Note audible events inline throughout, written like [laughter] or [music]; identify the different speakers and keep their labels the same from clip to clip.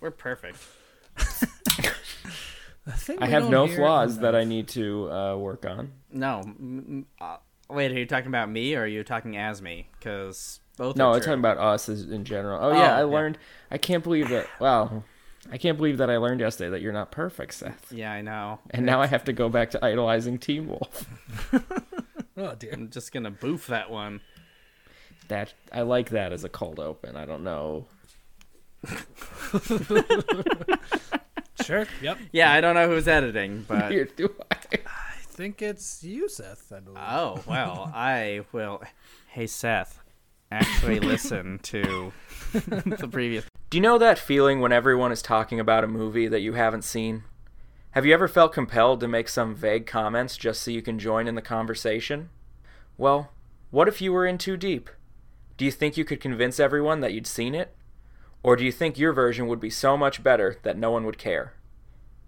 Speaker 1: We're perfect.
Speaker 2: The thing
Speaker 3: I
Speaker 2: we
Speaker 3: have
Speaker 2: don't
Speaker 3: no
Speaker 2: hear
Speaker 3: flaws
Speaker 2: about-
Speaker 3: that I need to uh, work on.
Speaker 1: No. m- m- Uh, wait, are you talking about me or are you talking as me? Because both. are
Speaker 3: No, I'm
Speaker 1: true.
Speaker 3: talking about us as, in general. Oh, yeah,
Speaker 1: Oh,
Speaker 3: I
Speaker 1: yeah.
Speaker 3: learned. I can't believe that. Wow, I can't believe that I learned yesterday that you're not perfect, Seth.
Speaker 1: Yeah, I know.
Speaker 3: And now I have to go back to idolizing Team Wolf.
Speaker 2: Oh dear.
Speaker 1: I'm just gonna boof that one.
Speaker 3: That I like that as a cold open. I don't know.
Speaker 2: Sure. Yep.
Speaker 1: Yeah, I don't know who's editing,
Speaker 3: [laughs]
Speaker 1: but
Speaker 3: Here do I.
Speaker 2: [laughs] I think it's you, Seth. I believe.
Speaker 1: oh well, I will. Hey Seth,
Speaker 3: [laughs]
Speaker 1: actually listen to [laughs] the previous.
Speaker 3: Do you know that feeling when everyone is talking about a movie that you haven't seen? Have you ever felt compelled to make some vague comments just so you can join in the conversation? Well, what if you were in too deep? Do you think you could convince everyone that you'd seen it? Or do you think your version would be so much better that no one would care?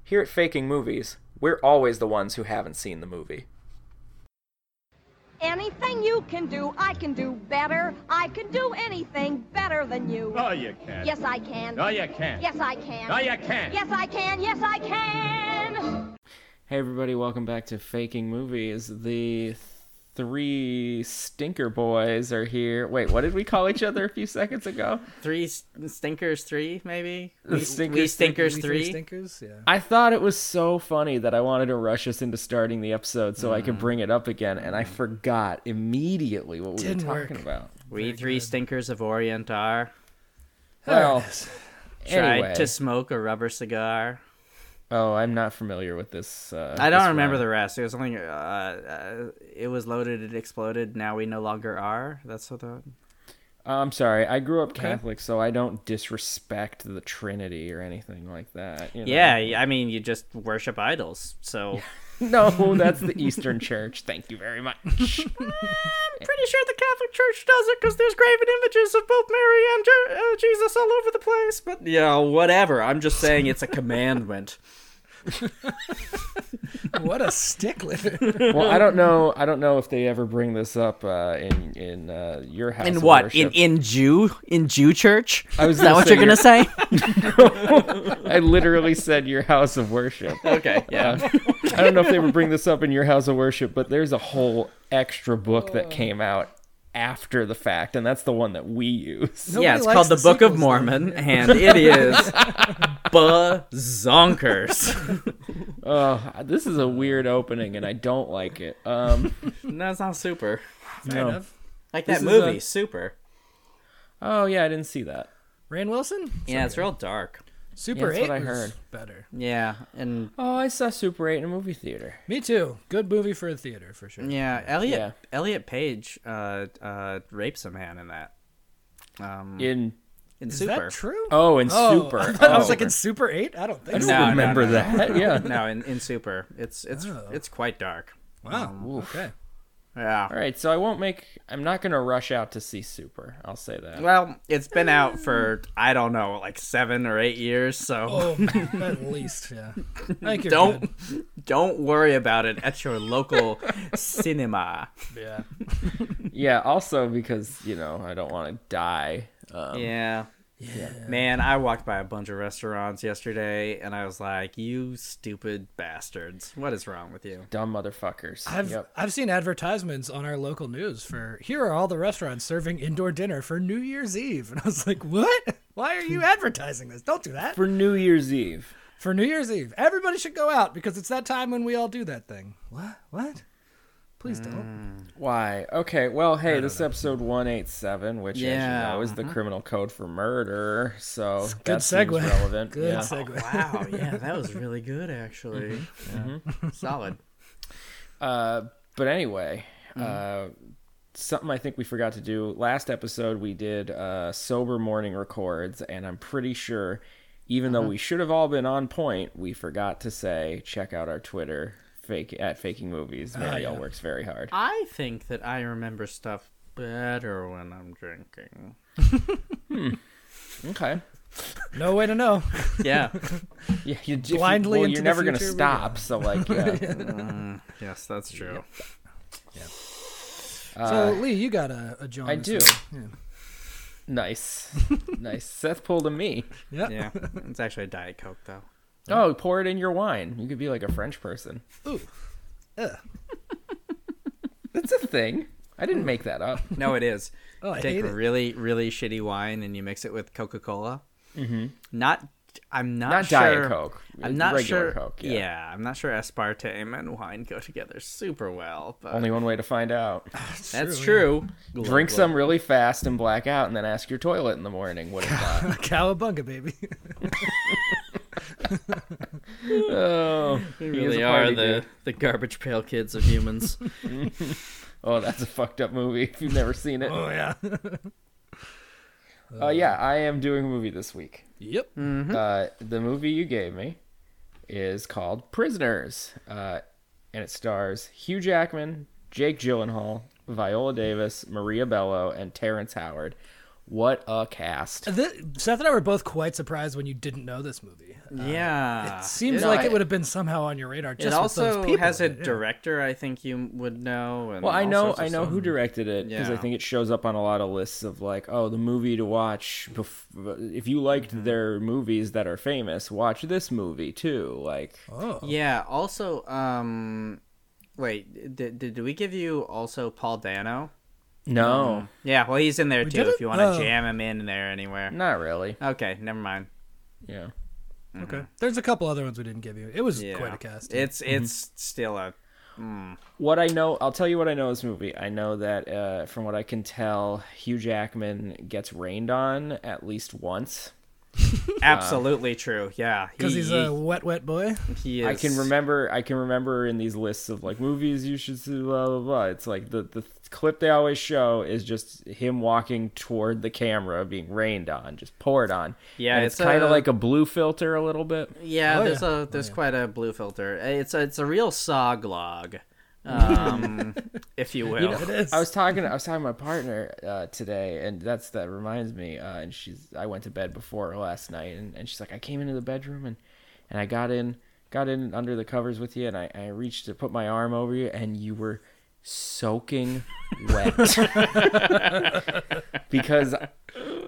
Speaker 3: Here at Faking Movies, we're always the ones who haven't seen the movie.
Speaker 4: Anything you can do, I can do better. I can do anything better than you.
Speaker 5: No, you can't.
Speaker 4: Yes, I can.
Speaker 5: No, you can't.
Speaker 4: Yes, I can.
Speaker 5: No, you can't.
Speaker 4: Yes, I can. Yes, I can.
Speaker 3: Hey everybody, welcome back to Faking Movies. The three stinker boys are here. Wait, what did we call each other a few seconds ago?
Speaker 1: Three s- stinkers, three maybe.
Speaker 3: The
Speaker 1: We,
Speaker 3: stinkers,
Speaker 1: we stinkers
Speaker 2: We
Speaker 1: three.
Speaker 2: stinkers. Yeah.
Speaker 3: I thought it was so funny that I wanted to rush us into starting the episode so I could bring it up again, and I forgot immediately what we
Speaker 2: Didn't
Speaker 3: were
Speaker 2: work.
Speaker 3: talking about.
Speaker 1: we three stinkers of Orient are.
Speaker 3: [laughs] Well,
Speaker 2: Yes.
Speaker 3: anyway.
Speaker 1: Tried to smoke a rubber cigar.
Speaker 3: Oh, I'm not familiar with this. Uh,
Speaker 1: I don't
Speaker 3: this
Speaker 1: remember
Speaker 3: rhyme.
Speaker 1: the rest. It was only uh, uh, it was loaded, it exploded. Now we no longer are. That's what the
Speaker 3: I'm sorry. I grew up Catholic, so I don't disrespect the Trinity or anything like that. you know?
Speaker 1: Yeah, I mean, you just worship idols. [laughs] So
Speaker 3: [laughs] No, that's the Eastern Church. Thank you very much.
Speaker 1: pretty sure the Catholic Church does it because there's graven images of both Mary and Je- uh, Jesus all over the place. But yeah, whatever. I'm just saying [laughs] it's a commandment.
Speaker 2: [laughs] what
Speaker 1: [laughs]
Speaker 2: a stickler.
Speaker 3: well,
Speaker 1: Um,
Speaker 3: I don't know. I don't know if they ever bring this up uh, in in uh, your house.
Speaker 1: In
Speaker 3: of
Speaker 1: what? In
Speaker 3: worship.
Speaker 1: in Jew? In Jew church?
Speaker 3: I was
Speaker 1: Is that
Speaker 3: gonna
Speaker 1: what
Speaker 3: say
Speaker 1: you're gonna say?
Speaker 3: I literally said your house of worship.
Speaker 1: [laughs] okay. Yeah.
Speaker 3: [laughs] I don't know if they would bring this up in your house of worship, but there's a whole extra book
Speaker 1: Oh.
Speaker 3: that came out after the fact, and that's the one that
Speaker 1: [laughs]
Speaker 3: we use. [laughs]
Speaker 1: yeah,
Speaker 2: Nobody
Speaker 1: it's
Speaker 2: likes
Speaker 1: called the,
Speaker 2: the
Speaker 1: Book of
Speaker 2: sequels, though.
Speaker 1: [laughs] Mormon, and it [laughs] is bazonkers.
Speaker 3: Oh, this is a weird opening, and I don't like it.
Speaker 1: [laughs]
Speaker 3: Um,
Speaker 1: no, it's not super.
Speaker 3: no.
Speaker 2: Kind of.
Speaker 1: Like
Speaker 3: This
Speaker 1: that
Speaker 3: is a-
Speaker 1: movie, super.
Speaker 3: Oh yeah, I didn't see that.
Speaker 2: Rand Wilson.
Speaker 1: Yeah, it's real dark.
Speaker 2: Super
Speaker 3: Yeah, that's
Speaker 2: Eight.
Speaker 3: what I
Speaker 2: was
Speaker 3: heard.
Speaker 2: Better.
Speaker 1: Yeah, and
Speaker 3: Oh, I saw Super Eight in a movie theater.
Speaker 2: Me too. Good movie for a theater for sure.
Speaker 1: Yeah, Elliot
Speaker 3: Yeah.
Speaker 1: Elliot Page uh, uh, rapes a man in that. Um,
Speaker 3: In
Speaker 1: in
Speaker 2: Is
Speaker 1: Super.
Speaker 2: that true?
Speaker 3: oh, in
Speaker 2: Oh,
Speaker 1: [laughs]
Speaker 2: [laughs]
Speaker 3: Super.
Speaker 2: I, thought- I was
Speaker 3: Oh.
Speaker 2: like in Super Eight. I don't think.
Speaker 3: I
Speaker 2: so.
Speaker 3: don't
Speaker 1: No, no,
Speaker 3: remember
Speaker 1: no,
Speaker 3: that. [laughs] Yeah.
Speaker 1: no, in, in Super, it's it's
Speaker 2: Oh.
Speaker 1: it's quite dark.
Speaker 2: Wow.
Speaker 1: [laughs]
Speaker 2: okay.
Speaker 1: Yeah.
Speaker 3: All right, so I won't make. I'm not gonna rush out to see Super. I'll say that.
Speaker 1: Well, it's been out for I don't know, like seven or eight years, so
Speaker 2: Oh, at least yeah. I think you're
Speaker 1: don't don't worry about it at your local [laughs] cinema.
Speaker 2: good. Yeah.
Speaker 3: Yeah. Also because you know I don't want to die. Um,
Speaker 1: Yeah. Man, I walked by a bunch of restaurants yesterday and I was like, you stupid bastards. What is wrong with you?
Speaker 3: Dumb motherfuckers.
Speaker 2: I've
Speaker 3: Yep.
Speaker 2: I've seen advertisements on our local news for here are all the restaurants serving indoor dinner for New Year's Eve, [laughs] and I was like, what? Why are you advertising this? Don't do that
Speaker 3: Hmm. for New Year's Eve.
Speaker 2: for New Year's Eve. Everybody should go out because it's that time when we all do that thing. What? What? Please
Speaker 3: Hmm.
Speaker 2: don't.
Speaker 3: Why? Okay, well, hey, this is episode 187, which, as
Speaker 1: Yeah,
Speaker 3: you know, is the criminal code for murder, so
Speaker 2: Good
Speaker 3: that seems
Speaker 2: segue. [laughs]
Speaker 3: relevant.
Speaker 2: Good
Speaker 3: yeah.
Speaker 2: segue.
Speaker 1: Wow, yeah, that was really good actually. Yeah. Solid.
Speaker 3: Uh, but anyway,
Speaker 2: Mm-hmm.
Speaker 3: uh, something I think we forgot to do. Last episode, we did uh, sober morning records, and I'm pretty sure, even
Speaker 2: Uh-huh.
Speaker 3: though we should have all been on point, we forgot to say check out our Twitter fake at faking movies.
Speaker 2: Ah,
Speaker 3: Mariel works very hard.
Speaker 1: I think that I remember stuff better when I'm drinking.
Speaker 3: Okay.
Speaker 2: No way to
Speaker 3: [laughs]
Speaker 2: know.
Speaker 1: Yeah.
Speaker 3: Yeah, you, if you-
Speaker 2: Blindly
Speaker 3: well,
Speaker 2: into
Speaker 3: you're
Speaker 2: the
Speaker 3: never going to
Speaker 2: future, we-
Speaker 3: stop, so
Speaker 2: [laughs]
Speaker 3: like, yeah.
Speaker 1: yes, that's true.
Speaker 3: Uh,
Speaker 2: So Lee, you uh, got a, a John.
Speaker 3: I
Speaker 2: this
Speaker 3: do.
Speaker 2: week. Yeah.
Speaker 3: Nice.
Speaker 2: [laughs]
Speaker 3: nice. Seth pulled a me.
Speaker 2: Yeah.
Speaker 1: Yeah, it's actually a diet coke though.
Speaker 3: Oh, pour it in your wine. You could be like a French person.
Speaker 2: Ooh. [laughs] Ugh.
Speaker 3: That's a thing.
Speaker 2: [laughs]
Speaker 3: I didn't make that up.
Speaker 1: No, it
Speaker 3: [laughs]
Speaker 1: is.
Speaker 2: Oh, I
Speaker 1: Take
Speaker 2: hate it.
Speaker 1: really, really shitty wine and you mix it with Coca Cola. Mm-hmm. Not, I'm not,
Speaker 3: Not
Speaker 1: sure.
Speaker 3: Diet Coke.
Speaker 1: I'm not sure.
Speaker 3: Regular Coke, yeah.
Speaker 1: yeah. I'm not sure aspartame and wine go together super well. But
Speaker 3: Only one way to find out.
Speaker 1: that's
Speaker 2: true,
Speaker 1: true. Glug,
Speaker 3: Drink
Speaker 1: glug.
Speaker 3: some really fast and black out and then ask your toilet in the morning what
Speaker 2: [laughs]
Speaker 3: it got.
Speaker 2: Uh, Cowabunga, baby. [laughs]
Speaker 3: oh,
Speaker 1: They
Speaker 3: he is
Speaker 1: really
Speaker 3: a
Speaker 1: are
Speaker 3: party
Speaker 1: the,
Speaker 3: dude.
Speaker 1: the garbage pail kids of
Speaker 3: [laughs]
Speaker 1: humans.
Speaker 3: Oh, that's a fucked up movie if you've never seen it.
Speaker 2: oh yeah.
Speaker 3: Uh, yeah, I am doing a movie this week.
Speaker 2: yep.
Speaker 3: Uh, the movie you gave me is called Prisoners, uh, and it stars Hugh Jackman, Jake Gyllenhaal, Viola Davis, Maria Bello, and Terrence Howard. What a cast!
Speaker 2: Th- Seth and I were both quite surprised when you didn't know this movie.
Speaker 1: yeah.
Speaker 2: It seems
Speaker 1: it,
Speaker 2: like
Speaker 3: I-
Speaker 2: it would have been somehow on your radar. Just
Speaker 1: it
Speaker 2: with
Speaker 1: also
Speaker 2: those people
Speaker 1: has a
Speaker 2: in it, yeah.
Speaker 1: director I think you would know. And
Speaker 3: Well, I
Speaker 1: all
Speaker 3: know,
Speaker 1: sorts of
Speaker 3: I know
Speaker 1: stuff.
Speaker 3: who directed it because I
Speaker 1: Yeah.
Speaker 3: think it shows up on a lot of lists of like, oh, the movie to watch. Bef- if you liked their movies that are famous, watch this movie too. Like,
Speaker 2: Oh,
Speaker 1: Yeah. Also, um, wait, did, did we give you also Paul Dano?
Speaker 3: no,
Speaker 1: Yeah. Well, he's in there too.
Speaker 2: did
Speaker 1: If
Speaker 2: it?
Speaker 1: you want to
Speaker 2: Oh.
Speaker 1: jam him in there anywhere.
Speaker 3: not really.
Speaker 1: Okay. Never mind.
Speaker 3: Mm. Yeah. Mm-hmm.
Speaker 2: okay. There's a couple other ones we didn't give you. It was
Speaker 1: Yeah.
Speaker 2: quite a cast. Mm-hmm.
Speaker 1: It's it's still a
Speaker 3: Uh, what I know, I'll tell you what I know of this movie. I know that uh, from what I can tell, Hugh Jackman gets rained on at least once.
Speaker 1: absolutely true. Yeah.
Speaker 2: because
Speaker 1: he-
Speaker 2: he's a wet, wet boy.
Speaker 1: he is.
Speaker 3: I can remember, I can remember in these lists of like movies you should see, blah blah blah. It's like the the clip they always show is just him walking toward the camera, being rained on, just poured on.
Speaker 1: Yeah,
Speaker 3: And it's,
Speaker 1: it's
Speaker 3: kind
Speaker 1: a-
Speaker 3: of like a blue filter a little bit.
Speaker 1: Yeah,
Speaker 2: Oh,
Speaker 1: there's
Speaker 2: yeah.
Speaker 1: a there's quite a blue filter. Uh, It's a, it's a real sog
Speaker 2: [laughs]
Speaker 1: log, um, if you will.
Speaker 2: It is.
Speaker 3: I was talking. I was talking to my partner uh, today, and that's that reminds me. Uh, and she's. I went to bed before her last night, and, and she's like, I came into the bedroom and, and I got in, got in under the covers with you, and I, I reached to put my arm over you, and you were soaking
Speaker 2: [laughs]
Speaker 3: wet because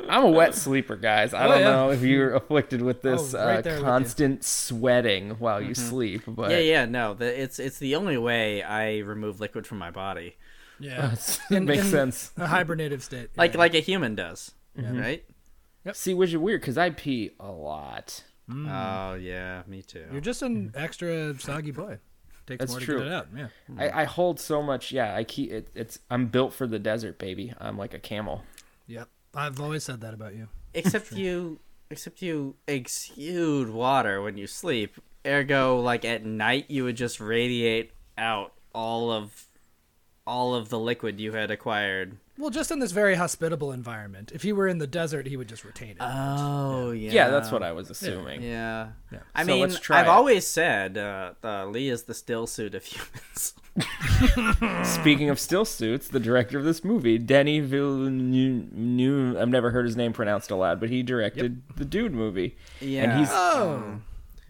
Speaker 3: I'm a wet sleeper, guys. I don't
Speaker 2: Oh, yeah. Oh,
Speaker 3: know if you're afflicted with
Speaker 2: right
Speaker 3: this
Speaker 2: there
Speaker 3: uh,
Speaker 2: with you. Mm-hmm.
Speaker 3: constant sweating while you sleep, but
Speaker 1: yeah, yeah, no, the, it's it's the only way I remove liquid from my body,
Speaker 2: yeah.
Speaker 3: [laughs] it [laughs] makes
Speaker 2: in
Speaker 3: sense.
Speaker 2: A hibernative state. yeah.
Speaker 1: like like a human does, right?
Speaker 3: See, which is weird because I pee a lot.
Speaker 2: Mm.
Speaker 1: Oh yeah, me too.
Speaker 2: you're just
Speaker 3: Mm-hmm.
Speaker 2: an extra soggy boy. Takes
Speaker 3: That's
Speaker 2: more to
Speaker 3: true.
Speaker 2: get it out. Yeah.
Speaker 3: I, I hold so much. Yeah, I keep it. It's I'm built for the desert, baby. I'm like a camel.
Speaker 2: Yep. I've always said that about you.
Speaker 1: except you, except you exude water when you sleep. Ergo, like at night, you would just radiate out all of all of the liquid you had acquired.
Speaker 2: Well, just in this very hospitable environment. If he were in the desert, he would just retain it.
Speaker 1: Oh
Speaker 3: Yeah, that's what I was assuming.
Speaker 1: Yeah. I
Speaker 3: So
Speaker 1: mean,
Speaker 3: let's try
Speaker 1: I've
Speaker 3: it.
Speaker 1: always said uh, uh, Lee is the still suit of [laughs] humans.
Speaker 3: Speaking of still suits, the director of this movie, Denny Villeneuve. I've never heard his name pronounced aloud, but he directed the Dude movie. and
Speaker 1: Yeah.
Speaker 3: he's
Speaker 2: oh.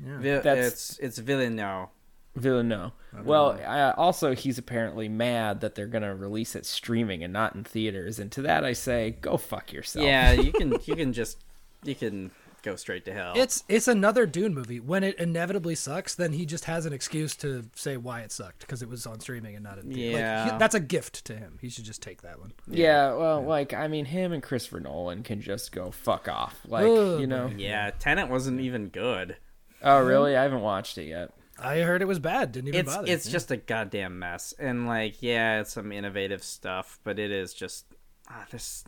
Speaker 1: Uh, Vi-
Speaker 3: That's-
Speaker 1: It's it's Villeneuve.
Speaker 3: Villeneuve. Well, uh, also he's apparently mad that they're gonna release it streaming and not in theaters. And to that I say, go fuck yourself.
Speaker 1: Yeah, you can you can just you can go straight to hell.
Speaker 2: It's it's another Dune movie. When it inevitably sucks, then he just has an excuse to say why it sucked because it was on streaming and not in theater. Like, he-
Speaker 1: Yeah.
Speaker 2: that's a gift to him. He should just take that one.
Speaker 3: Yeah, well, like I mean, him and Christopher Nolan can just go fuck off. Like
Speaker 2: Ugh,
Speaker 3: you know.
Speaker 1: yeah, Tenant wasn't even good.
Speaker 3: Oh
Speaker 1: Mm-hmm.
Speaker 3: really? I haven't watched it yet.
Speaker 2: I heard it was bad. Didn't even
Speaker 1: It's
Speaker 2: bother.
Speaker 1: it's just a goddamn mess. And like, yeah, it's some innovative stuff, but it is just ah, this.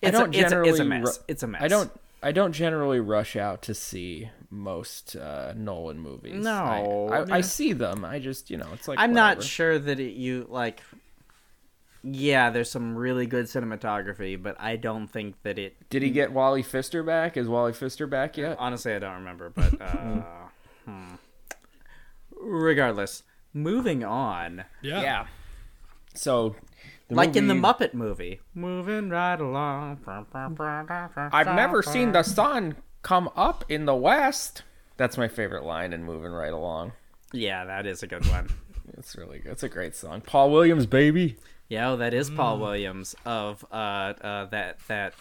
Speaker 1: It's,
Speaker 3: I don't
Speaker 1: a, it's, a,
Speaker 3: generally
Speaker 1: it's a mess.
Speaker 3: ru-
Speaker 1: It's a mess.
Speaker 3: I don't. I don't generally rush out to see most uh, Nolan movies.
Speaker 1: No,
Speaker 3: I, I, I
Speaker 1: yeah.
Speaker 3: see them. I just you know, it's like
Speaker 1: I'm not
Speaker 3: whatever.
Speaker 1: sure that it, you like. Yeah, there's some really good cinematography, but I don't think that it.
Speaker 3: Did he get Wally Pfister back? Is Wally Pfister back yet?
Speaker 1: Honestly, I don't remember, but
Speaker 3: [laughs]
Speaker 1: uh, hmm. regardless, moving on.
Speaker 2: yeah.
Speaker 3: So, the
Speaker 1: Like in the
Speaker 3: movie-
Speaker 1: Muppet movie, moving right along. I've
Speaker 3: I've never seen the sun come up in the west. That's my favorite line in moving right along.
Speaker 1: Yeah, that is a good one.
Speaker 3: It's really good. It's a great song. Paul Williams, baby. Mm.
Speaker 1: Yeah, oh, that is Paul Williams of uh, uh, that that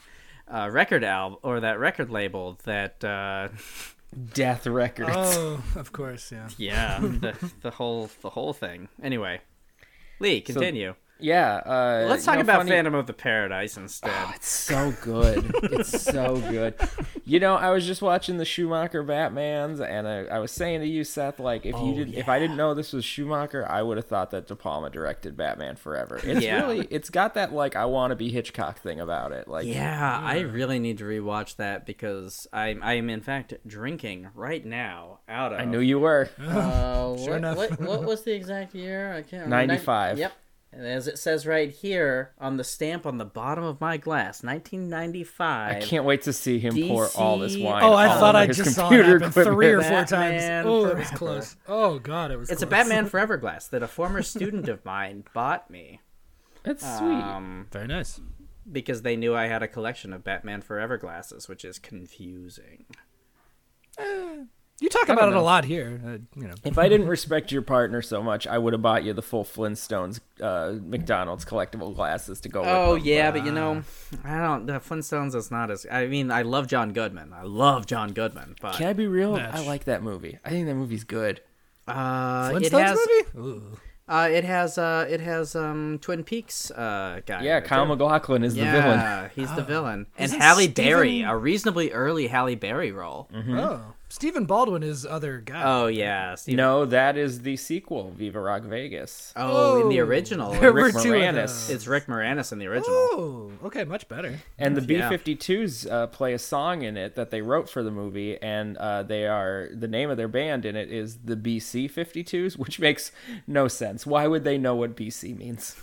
Speaker 1: uh, record album or that record label that uh, [laughs]
Speaker 3: Death Records.
Speaker 2: Oh, of course,
Speaker 1: [laughs]
Speaker 2: yeah.
Speaker 1: yeah the, the whole the whole thing. Anyway, Lee, continue.
Speaker 3: Yeah. Uh,
Speaker 1: Let's
Speaker 3: you
Speaker 1: talk
Speaker 3: know,
Speaker 1: about
Speaker 3: funny- Ah,
Speaker 1: Phantom of the Paradise instead.
Speaker 3: Oh, It's so good. it's so good. You know, I was just watching the Schumacher Batman's, and I, I was saying to you, Seth, like if
Speaker 2: Oh,
Speaker 3: you did, not if I didn't know this was Schumacher, I would have thought that De Palma directed Batman Forever. It's
Speaker 1: Yeah.
Speaker 3: really, it's got that like I want to be Hitchcock thing about it.
Speaker 1: [sighs]
Speaker 3: Like,
Speaker 1: Yeah, I really need to rewatch that because I'm I am in fact drinking right now out of
Speaker 3: I knew you were.
Speaker 1: Uh, what,
Speaker 2: enough.
Speaker 1: what, what was the exact year? I can't remember.
Speaker 3: 95.
Speaker 1: Yep. And as it says right here on the stamp on the bottom of my glass, 1995.
Speaker 3: I can't wait to see him pour
Speaker 1: DC
Speaker 3: all this wine.
Speaker 2: Oh, I
Speaker 3: all
Speaker 2: thought
Speaker 3: over
Speaker 2: I
Speaker 3: his
Speaker 2: just saw it
Speaker 3: computer
Speaker 2: happen three or
Speaker 3: equipment.
Speaker 2: four
Speaker 1: Batman
Speaker 2: times. Oh, it
Speaker 1: [laughs]
Speaker 2: was
Speaker 1: Forever.
Speaker 2: close. Oh God, it was.
Speaker 1: It's a
Speaker 2: close.
Speaker 1: Batman Forever glass that a former student of mine bought me
Speaker 3: That's sweet.
Speaker 2: Very nice.
Speaker 1: because they knew I had a collection of Batman Forever glasses, which is confusing.
Speaker 2: You talk about it a lot here. Uh, you know,
Speaker 3: If I didn't respect your partner so much, I would have bought you the full Flintstones uh, McDonald's collectible glasses to go
Speaker 1: Oh
Speaker 3: with them.
Speaker 1: yeah, but you know, I don't. The Flintstones is not as. I mean, I love John Goodman. I love John Goodman, but
Speaker 3: Can I be real?
Speaker 2: Match.
Speaker 3: I like that movie. I think that movie's good.
Speaker 1: uh,
Speaker 2: Flintstones
Speaker 1: it has
Speaker 2: movie. Ooh.
Speaker 1: uh, it has uh, it has um Twin Peaks uh guy.
Speaker 3: Yeah,
Speaker 1: in it,
Speaker 3: Kyle
Speaker 1: too.
Speaker 3: McLaughlin is the villain.
Speaker 1: Yeah, he's
Speaker 2: Oh,
Speaker 1: the villain. And
Speaker 2: Isn't
Speaker 1: Halle Berry,
Speaker 2: Steven-
Speaker 1: a reasonably early Halle Berry role.
Speaker 2: Oh, Stephen Baldwin is other guy.
Speaker 1: Mm-hmm. Oh yeah, Steve.
Speaker 3: No, that is the sequel, Viva Rock Vegas.
Speaker 1: Oh, in the
Speaker 2: Oh.
Speaker 1: original, Rick
Speaker 2: There were
Speaker 1: Moran-
Speaker 2: two of
Speaker 3: Moranis.
Speaker 2: [laughs] those.
Speaker 1: it's Rick Moranis in the original.
Speaker 2: Oh, okay, much better.
Speaker 3: And the
Speaker 1: Yeah.
Speaker 3: B52s uh, play a song in it that they wrote for the movie, and uh, they are the name of their band in it is the BC 52s, [laughs] which makes no sense. Why would they know what BC means?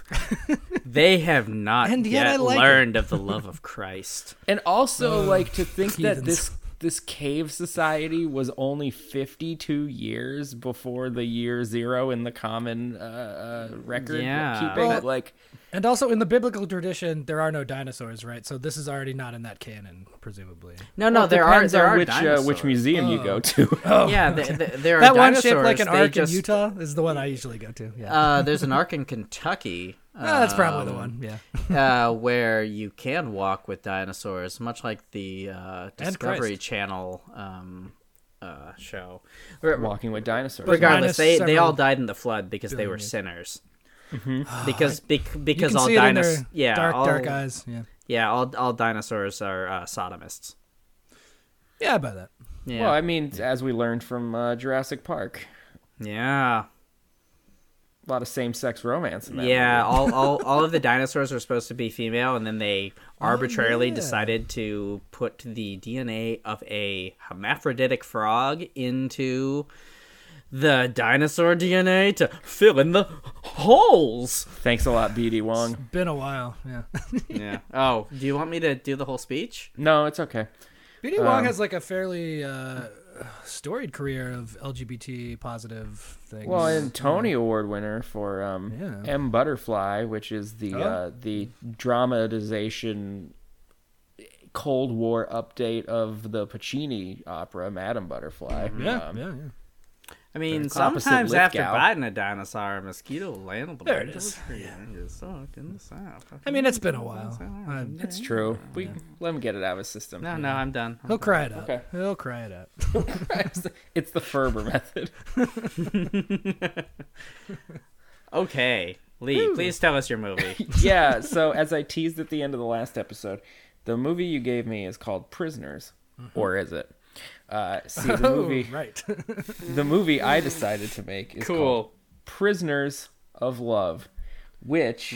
Speaker 1: They have not
Speaker 2: And
Speaker 1: yet,
Speaker 2: yet I like it.
Speaker 1: learned of the love of
Speaker 2: [laughs]
Speaker 1: Christ.
Speaker 3: And also, like to think that
Speaker 2: heathens.
Speaker 3: this this cave society was only 52 years before the year zero in the common uh, uh, record
Speaker 1: Yeah.
Speaker 3: keeping.
Speaker 2: Well-
Speaker 3: like,
Speaker 2: And also, in the biblical tradition, there are no dinosaurs, right? So this is already not in that canon, presumably.
Speaker 1: No, no,
Speaker 3: Well, it
Speaker 1: there are
Speaker 3: depends
Speaker 1: there
Speaker 3: on
Speaker 1: are
Speaker 3: which uh, which
Speaker 2: [laughs]
Speaker 1: dinosaurs.
Speaker 3: museum you go to.
Speaker 1: [laughs] Yeah, th- th- there are
Speaker 2: Oh. That one
Speaker 1: dinosaurs.
Speaker 2: shaped like an
Speaker 1: they
Speaker 2: ark
Speaker 1: just,
Speaker 2: in Utah is the one I usually go to. Yeah,
Speaker 1: Uh, there's an ark in Kentucky.
Speaker 2: [laughs] Ah, that's probably the one. Yeah,
Speaker 1: uh, where you can walk with dinosaurs, much like the uh, Discovery
Speaker 2: Christ.
Speaker 1: Channel um, uh, show.
Speaker 3: Walking with dinosaurs.
Speaker 1: Regardless,
Speaker 2: Minus
Speaker 1: they, they all
Speaker 2: several Ah,
Speaker 1: died in the flood because they were sinners. Mm-hmm. Because bec-
Speaker 2: you
Speaker 1: because
Speaker 2: can
Speaker 1: all
Speaker 2: see it in
Speaker 1: dinosaurs
Speaker 2: their
Speaker 1: yeah
Speaker 2: dark
Speaker 1: all,
Speaker 2: dark eyes. Yeah,
Speaker 1: yeah all all dinosaurs are uh, sodomists.
Speaker 2: yeah, about that.
Speaker 1: Yeah,
Speaker 3: Well, I mean, as we learned from uh, Jurassic Park,
Speaker 1: yeah,
Speaker 3: a lot of same sex romance in that.
Speaker 1: yeah. all, all all of the dinosaurs were supposed to be female, and then they
Speaker 2: Oh,
Speaker 1: arbitrarily decided to put the DNA of a hermaphroditic frog into the dinosaur DNA to fill in the holes.
Speaker 3: movie. Thanks a lot, BD Wong.
Speaker 2: Been a while. [laughs] Yeah,
Speaker 1: Yeah. Oh, do you want me to do the whole speech?
Speaker 3: No, it's okay.
Speaker 2: BD Wong has like a fairly uh, storied career of LGBT positive things.
Speaker 3: Well, and Tony Award winner for um,
Speaker 2: Yeah. Oh.
Speaker 3: M Butterfly, which is the uh, the dramatization Cold War update of the Puccini opera Madame Butterfly.
Speaker 2: yeah,
Speaker 3: Um,
Speaker 2: yeah, yeah.
Speaker 1: I mean,
Speaker 3: opposite
Speaker 1: sometimes after
Speaker 3: Lithgow.
Speaker 1: biting a dinosaur, a mosquito will land on the
Speaker 2: There it
Speaker 1: bottom
Speaker 2: is.
Speaker 1: of the tree and just suck in the sap.
Speaker 2: I mean, it's been a while. Uh,
Speaker 3: It's true. We let him get it out of his system.
Speaker 1: No, no, I'm done.
Speaker 2: he'll cry it out.
Speaker 3: Okay.
Speaker 2: He'll cry it out.
Speaker 3: [laughs] it's the Ferber method. [laughs]
Speaker 1: Okay, Lee, please tell us your movie.
Speaker 3: [laughs] yeah, so as I teased at the end of the last episode, the movie you gave me is called Prisoners,
Speaker 2: Mm-hmm.
Speaker 3: or is it? Uh, see,
Speaker 2: Oh.
Speaker 3: the movie,
Speaker 2: right.
Speaker 3: the movie I decided to make is called Prisoners of Love, which,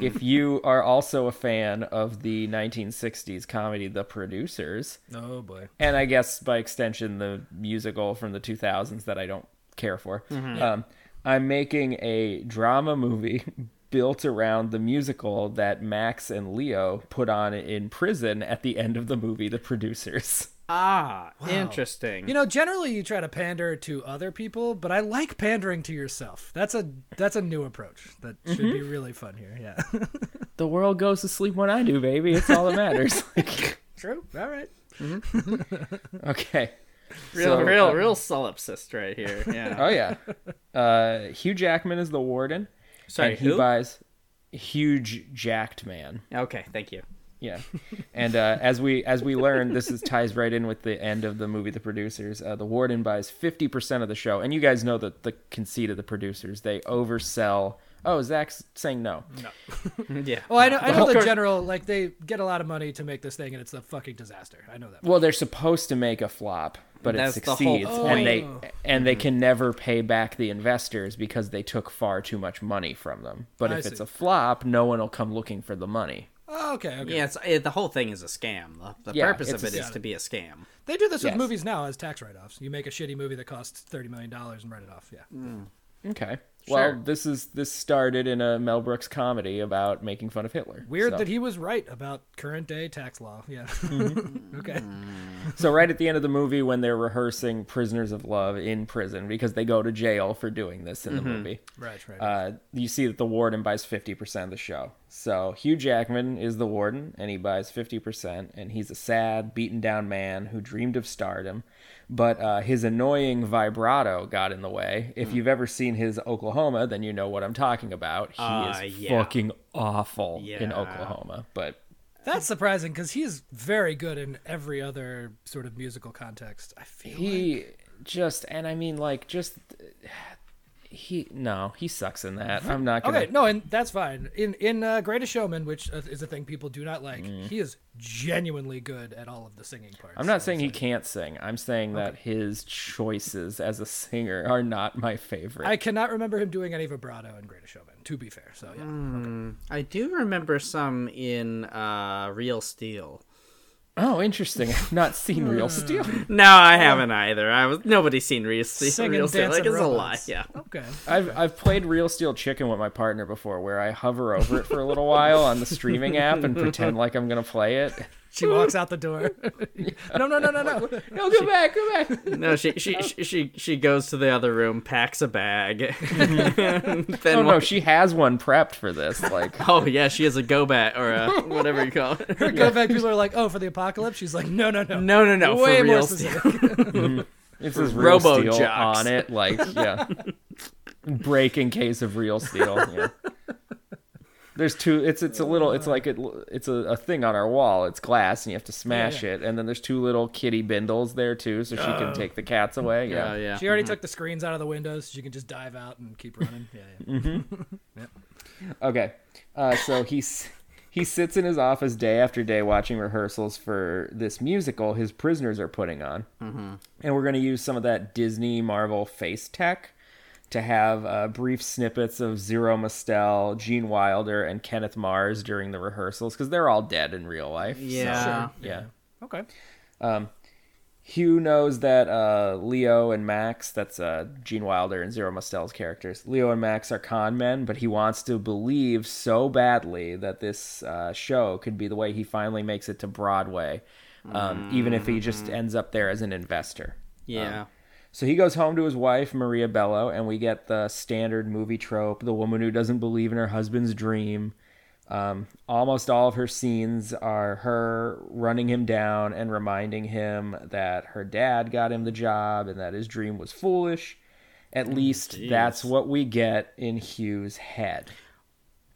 Speaker 3: if you are also a fan of the 1960s comedy The Producers,
Speaker 2: [laughs] oh boy.
Speaker 3: and I guess by extension the musical from the 2000s that I don't care for. Um, I'm making a drama movie [laughs] built around the musical that Max and Leo put on in prison at the end of the movie The Producers.
Speaker 1: Ah, interesting.
Speaker 2: You know, generally you try to pander to other people, but I like pandering to yourself. That's a that's a new approach that should be
Speaker 3: Mm-hmm.
Speaker 2: really fun here. Yeah.
Speaker 3: [laughs] The world goes to sleep when I do, baby. It's all that matters. [laughs] Like,
Speaker 2: True. All right.
Speaker 3: okay.
Speaker 1: real,
Speaker 3: so,
Speaker 1: real,
Speaker 3: uh,
Speaker 1: real solipsist right here. Yeah.
Speaker 3: Oh yeah. Uh, Hugh Jackman is the warden.
Speaker 1: Sorry,
Speaker 3: and he
Speaker 1: who?
Speaker 3: buys huge jacked man.
Speaker 1: okay, thank you. [laughs]
Speaker 3: Yeah, and uh, as we as we learned, this is ties right in with the end of the movie. The producers, uh, the warden buys fifty percent of the show, and you guys know that the conceit of the producers they oversell. Oh, Zach's saying no.
Speaker 1: yeah.
Speaker 2: Well, Oh, I know, I know
Speaker 1: Of
Speaker 2: the
Speaker 1: course-
Speaker 2: general, like, they get a lot of money to make this thing, and it's a fucking disaster. I know that.
Speaker 3: Well, they're supposed to make a flop, but it
Speaker 1: That's the whole
Speaker 3: succeeds,
Speaker 1: point. Mm-hmm.
Speaker 3: and they
Speaker 2: Oh.
Speaker 3: and they can never pay back the investors because they took far too much money from them. But
Speaker 2: I
Speaker 3: if
Speaker 2: see.
Speaker 3: it's a flop, no one will come looking for the money.
Speaker 2: Oh, okay, okay.
Speaker 1: Yeah, it's, it, the whole thing is a scam. The, the
Speaker 3: Yeah,
Speaker 1: purpose
Speaker 3: it's
Speaker 1: of
Speaker 3: a
Speaker 1: it is
Speaker 3: scam.
Speaker 1: to be a scam.
Speaker 2: They do this with
Speaker 3: Yes.
Speaker 2: movies now as tax write-offs. You make a shitty movie that costs $30 million and write it off. Yeah.
Speaker 3: Mm. Okay.
Speaker 1: Sure.
Speaker 3: Well, this is this started in a Mel Brooks comedy about making fun of Hitler.
Speaker 2: Weird
Speaker 3: So-
Speaker 2: that he was right about current day tax law. Yeah. [laughs]
Speaker 3: Mm-hmm.
Speaker 2: okay.
Speaker 3: Mm. So right at the end of the movie, when they're rehearsing "Prisoners of Love" in prison because they go to jail for doing this in
Speaker 1: Mm-hmm.
Speaker 3: the movie,
Speaker 2: Right, right.
Speaker 3: uh, you see that the warden buys fifty percent of the show. So Hugh Jackman is the warden, and he buys fifty percent, and he's a sad, beaten down man who dreamed of stardom, but uh, his annoying vibrato got in the way. If you've ever seen his Oklahoma, then you know what I'm talking about. He
Speaker 1: Uh,
Speaker 3: is
Speaker 1: yeah.
Speaker 3: fucking awful in
Speaker 1: Yeah.
Speaker 3: Oklahoma, but.
Speaker 2: That's surprising because he's very good in every other sort of musical context. I feel like.
Speaker 3: he just and i mean like just he no he sucks in that i'm not gonna
Speaker 2: Okay, no, and that's fine. In in uh, Greatest Showman, which uh, is a thing people do not like, he is genuinely good at all of the singing parts.
Speaker 3: Mm-hmm. i'm not saying he can't sing i'm saying that his choices as a singer are not my favorite
Speaker 2: I cannot remember him doing any vibrato in Greatest Showman. To be fair, so yeah.
Speaker 1: Mm. I do remember some in uh, Real Steel.
Speaker 3: oh interesting i've not seen real steel
Speaker 1: No, I haven't either. I was nobody's seen Real Steel.
Speaker 2: Singing,
Speaker 1: Real Steel, like
Speaker 2: dancing
Speaker 1: it's a lie.
Speaker 2: robots.
Speaker 1: Yeah.
Speaker 2: Okay.
Speaker 3: I've, I've played real steel chicken with my partner before where i hover over it for a little while on the streaming app and pretend like i'm gonna play [laughs] it
Speaker 2: She walks out the door. [laughs] no,
Speaker 1: [laughs]
Speaker 2: no, no, no, no.
Speaker 3: no go back go back
Speaker 1: No, she she, she she she goes to the other room, packs a bag. [laughs] then
Speaker 3: oh
Speaker 1: wa-
Speaker 3: no she has one prepped for this like
Speaker 1: Oh yeah, she has a go bat or
Speaker 3: [laughs]
Speaker 1: a whatever you call it.
Speaker 2: Go back. People are like, "Oh, for the apocalypse." She's like, "No, no, no,
Speaker 1: No, no, no.
Speaker 2: Way
Speaker 1: for
Speaker 2: more
Speaker 1: real
Speaker 2: specific.
Speaker 1: steel.
Speaker 3: It says real
Speaker 1: Robo
Speaker 3: steel
Speaker 1: jocks.
Speaker 3: on it, like
Speaker 1: [laughs]
Speaker 3: yeah. Break in case of real steel. Yeah. There's two. It's it's a little. It's like it, It's a, a thing on our wall. It's glass, and you have to smash it. And then there's two little kitty bindles there too, so she can take the cats away. Yeah.
Speaker 1: Oh yeah.
Speaker 2: [laughs] She already took the screens out of the windows. She can just dive out and keep
Speaker 3: [laughs]
Speaker 2: running. Yeah, yeah.
Speaker 3: Okay. Uh, so he's he sits in his office day after day watching rehearsals for this musical his prisoners are putting on, mm-hmm. and we're going to use some of that Disney Marvel face tech to have uh, brief snippets of Zero Mostel, Gene Wilder, and Kenneth Mars during the rehearsals because they're all dead in real life. so-
Speaker 1: Yeah.
Speaker 3: yeah. Um,
Speaker 2: Okay.
Speaker 3: Hugh knows that uh, Leo and Max, that's uh, Gene Wilder and Zero Mostel's characters, Leo and Max are con men, but he wants to believe so badly that this uh, show could be the way he finally makes it to Broadway, um, even if he just ends up there as an investor.
Speaker 1: Yeah.
Speaker 3: Um, So he goes home to his wife, Maria Bello, and we get the standard movie trope the woman who doesn't believe in her husband's dream. Um, almost all of her scenes are her running him down and reminding him that her dad got him the job and that his dream was foolish. At least that's what we get in Hugh's head.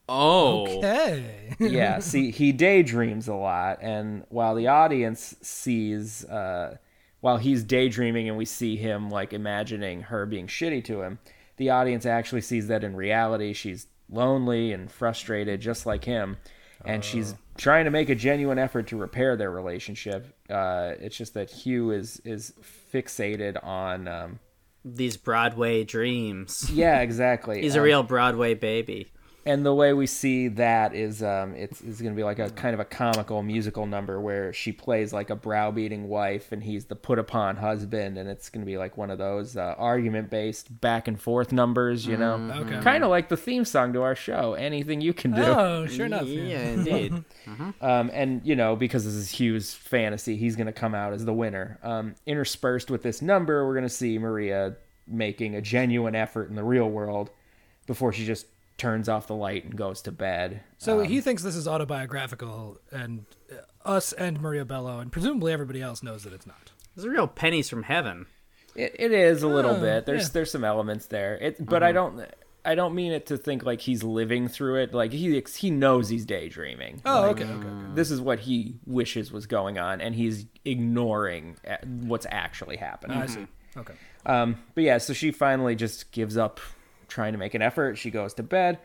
Speaker 1: Oh.
Speaker 2: Hey.
Speaker 1: [laughs]
Speaker 3: yeah, see, he daydreams a lot, and while the audience sees, uh, while he's daydreaming and we see him like imagining her being shitty to him, the audience actually sees that in reality she's lonely and frustrated, just like him, and
Speaker 1: Oh.
Speaker 3: she's trying to make a genuine effort to repair their relationship. Uh, it's just that Hugh is is fixated on. Um,
Speaker 1: These Broadway dreams.
Speaker 3: yeah, exactly.
Speaker 1: He's a
Speaker 3: um,
Speaker 1: real Broadway baby.
Speaker 3: and the way we see that is um, it's, it's going to be like a kind of a comical musical number where she plays like a browbeating wife and he's the put upon husband and it's going to be like one of those uh, argument based back and forth numbers you know
Speaker 2: Mm, okay.
Speaker 3: kind of like the theme song to our show anything you can do
Speaker 2: Oh, sure enough.
Speaker 1: Yeah,
Speaker 2: Yeah.
Speaker 3: [laughs]
Speaker 1: indeed.
Speaker 3: um, and you know because this is Hugh's fantasy, he's going to come out as the winner. Um, interspersed with this number, we're going to see Maria making a genuine effort in the real world before she just turns off the light and goes to bed.
Speaker 2: So he thinks this is autobiographical, and uh, us and Maria Bello, and presumably everybody else knows that it's not.
Speaker 1: It's a real pennies from heaven.
Speaker 3: It, it is a little
Speaker 2: Oh,
Speaker 3: bit. There's
Speaker 2: yeah. Uh-huh.
Speaker 3: there's some elements there. It, but I don't. I don't mean it to think like he's living through it. Like he ex- he knows he's daydreaming.
Speaker 2: Oh, okay, okay, okay.
Speaker 3: This is what he wishes was going on, and he's ignoring uh, what's actually happening.
Speaker 2: I see. Okay.
Speaker 3: Um, but yeah, so she finally just gives up trying to make an effort. She goes to bed.